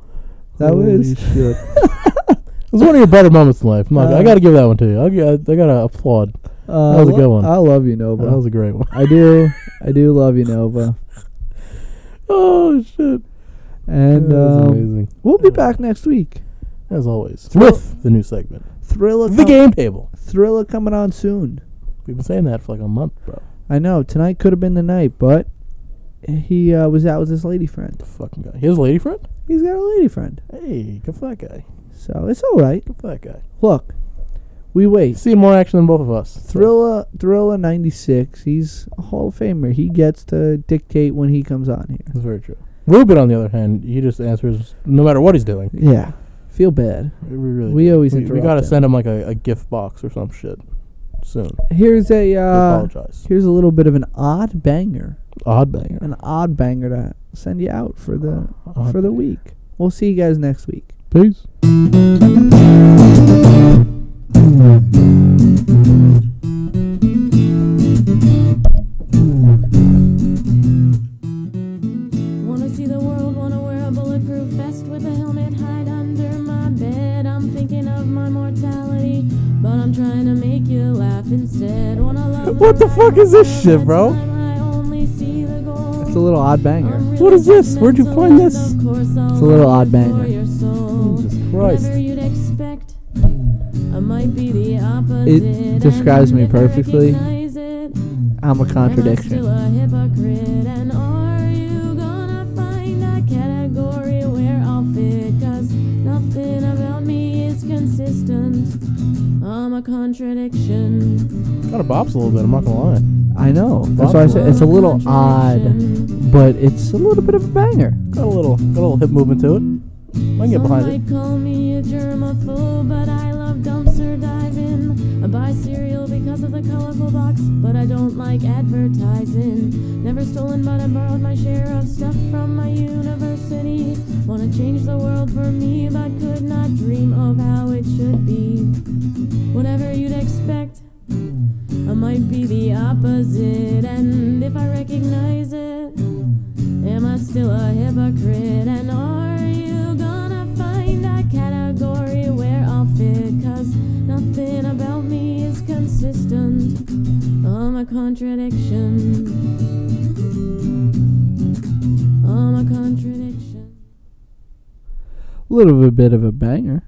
A: that
B: Holy
A: was
B: shit. it was one of your better moments in life. I'm not- I
A: Uh,
B: got to give that one to you. I, I, I got to applaud.
A: uh,
B: that was a
A: lo-
B: good one. Uh-huh.
A: I love you, Nova.
B: That was a great one.
A: uh, I do. I do love you, Nova.
B: Oh shit.
A: And
B: that was
A: um,
B: amazing.
A: we'll be back next week.
B: As always, with the new segment,
A: Thriller,
B: the
A: com-
B: game table.
A: Thriller coming on soon.
B: We've been saying that for like a month, bro.
A: I know tonight could have been the night, but he uh, was out with his lady friend.
B: The fucking guy. He has a lady friend.
A: He's got a lady friend,
B: Hey, good for that guy.
A: so it's all right.
B: Good for that guy.
A: Look, we
B: He's
A: wait.
B: seen more action than both of us. so-
A: Thriller, Thriller '96. He's a Hall of Famer. He gets to dictate when he comes on here.
B: That's very true. Ruben, on the other hand, he just answers no matter what he's doing.
A: Yeah, feel bad.
B: We, we really
A: We
B: do.
A: always
B: we, we
A: interrupt
B: gotta
A: him.
B: send him like a, a gift box or some shit soon.
A: Here's a
B: I
A: uh,
B: apologize.
A: here's a little bit of an odd banger,
B: Odd banger.
A: an odd banger to send you out for the
B: Odd
A: for the week. We'll see you guys next week.
B: Peace.
H: Wanna see the world, wanna wear a bulletproof vest with a helmet, hide under my bed. I'm thinking of my mortality, but I'm trying to make you laugh instead. Wanna love
B: What the
H: right
B: fuck is this
H: all
B: shit,
H: the
B: bro?
H: time, I only see the goal.
A: It's a little odd banger.
H: I'm really
B: What is this? Where'd you
H: judgmental,
B: find
H: and
B: this?
H: of course
A: It's
H: I'll
A: a little
H: love
A: odd
H: you for
A: banger.
H: your soul.
B: Jesus Christ.
H: Whatever you'd expect. I might be the opposite. and
A: describes me
H: yet
A: perfectly.
H: recognize it.
A: I'm a
H: Am
A: contradiction.
H: I still a hypocrite? And are you gonna find a category where I'll fit? Cause nothing about me is consistent. I'm a contradiction.
B: Kind of bops a little bit. I'm not gonna lie.
A: I know. That's why I said it's a little odd, but it's a little bit of a banger.
B: Got a little, got a little hip movement to it. I can get behind it.
H: Some might call me a germaphobe, but I love dumpster diving. I buy cereal because of the colorful box, but I don't like advertising. Never stolen, but I borrowed my share of stuff from my university. Wanna change the world for me, but could not dream of how it should be. Whatever you'd expect, I might be the opposite, and if I recognize it. Am I still a hypocrite? And are you gonna find a category where I'll fit? Cause nothing about me is consistent. I'm a contradiction. I'm a contradiction.
A: A little bit of a banger.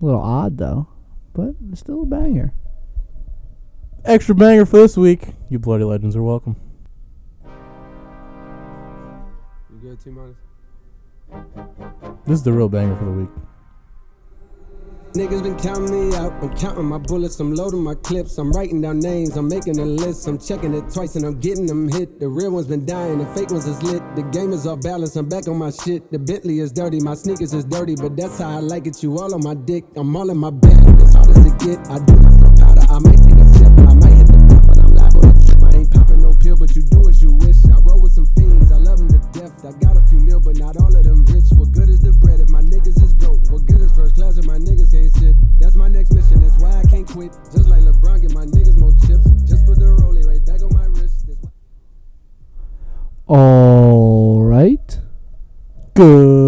A: A little odd though, but it's still a banger.
B: Extra banger for this week. You bloody legends are welcome.
I: You good, T minus?
B: This is the real banger for the week.
I: Niggas been counting me out. I'm counting my bullets. I'm loading my clips. I'm writing down names. I'm making a list. I'm checking it twice and I'm getting them hit. The real ones been dying. The fake ones is lit. The game is off balance. I'm back on my shit. The Bentley is dirty. My sneakers is dirty. But that's how I like it. You all on my dick. I'm all in my bed. It's hard as it get. I do not throw powder. I might take a sip. I might hit the pump, but I'm liable to trip. I ain't popping no pill, but What you do is you wish. I roll with some fiends, I love them to death. I got a few mil, but not all of them rich. What good is the bread if my niggas is broke? What good is first class if my niggas can't sit? That's my next mission, that's why I can't quit. Just like LeBron, get my niggas more chips. Just for the rollie right back on my wrist. That's why-
A: All right.
B: Good.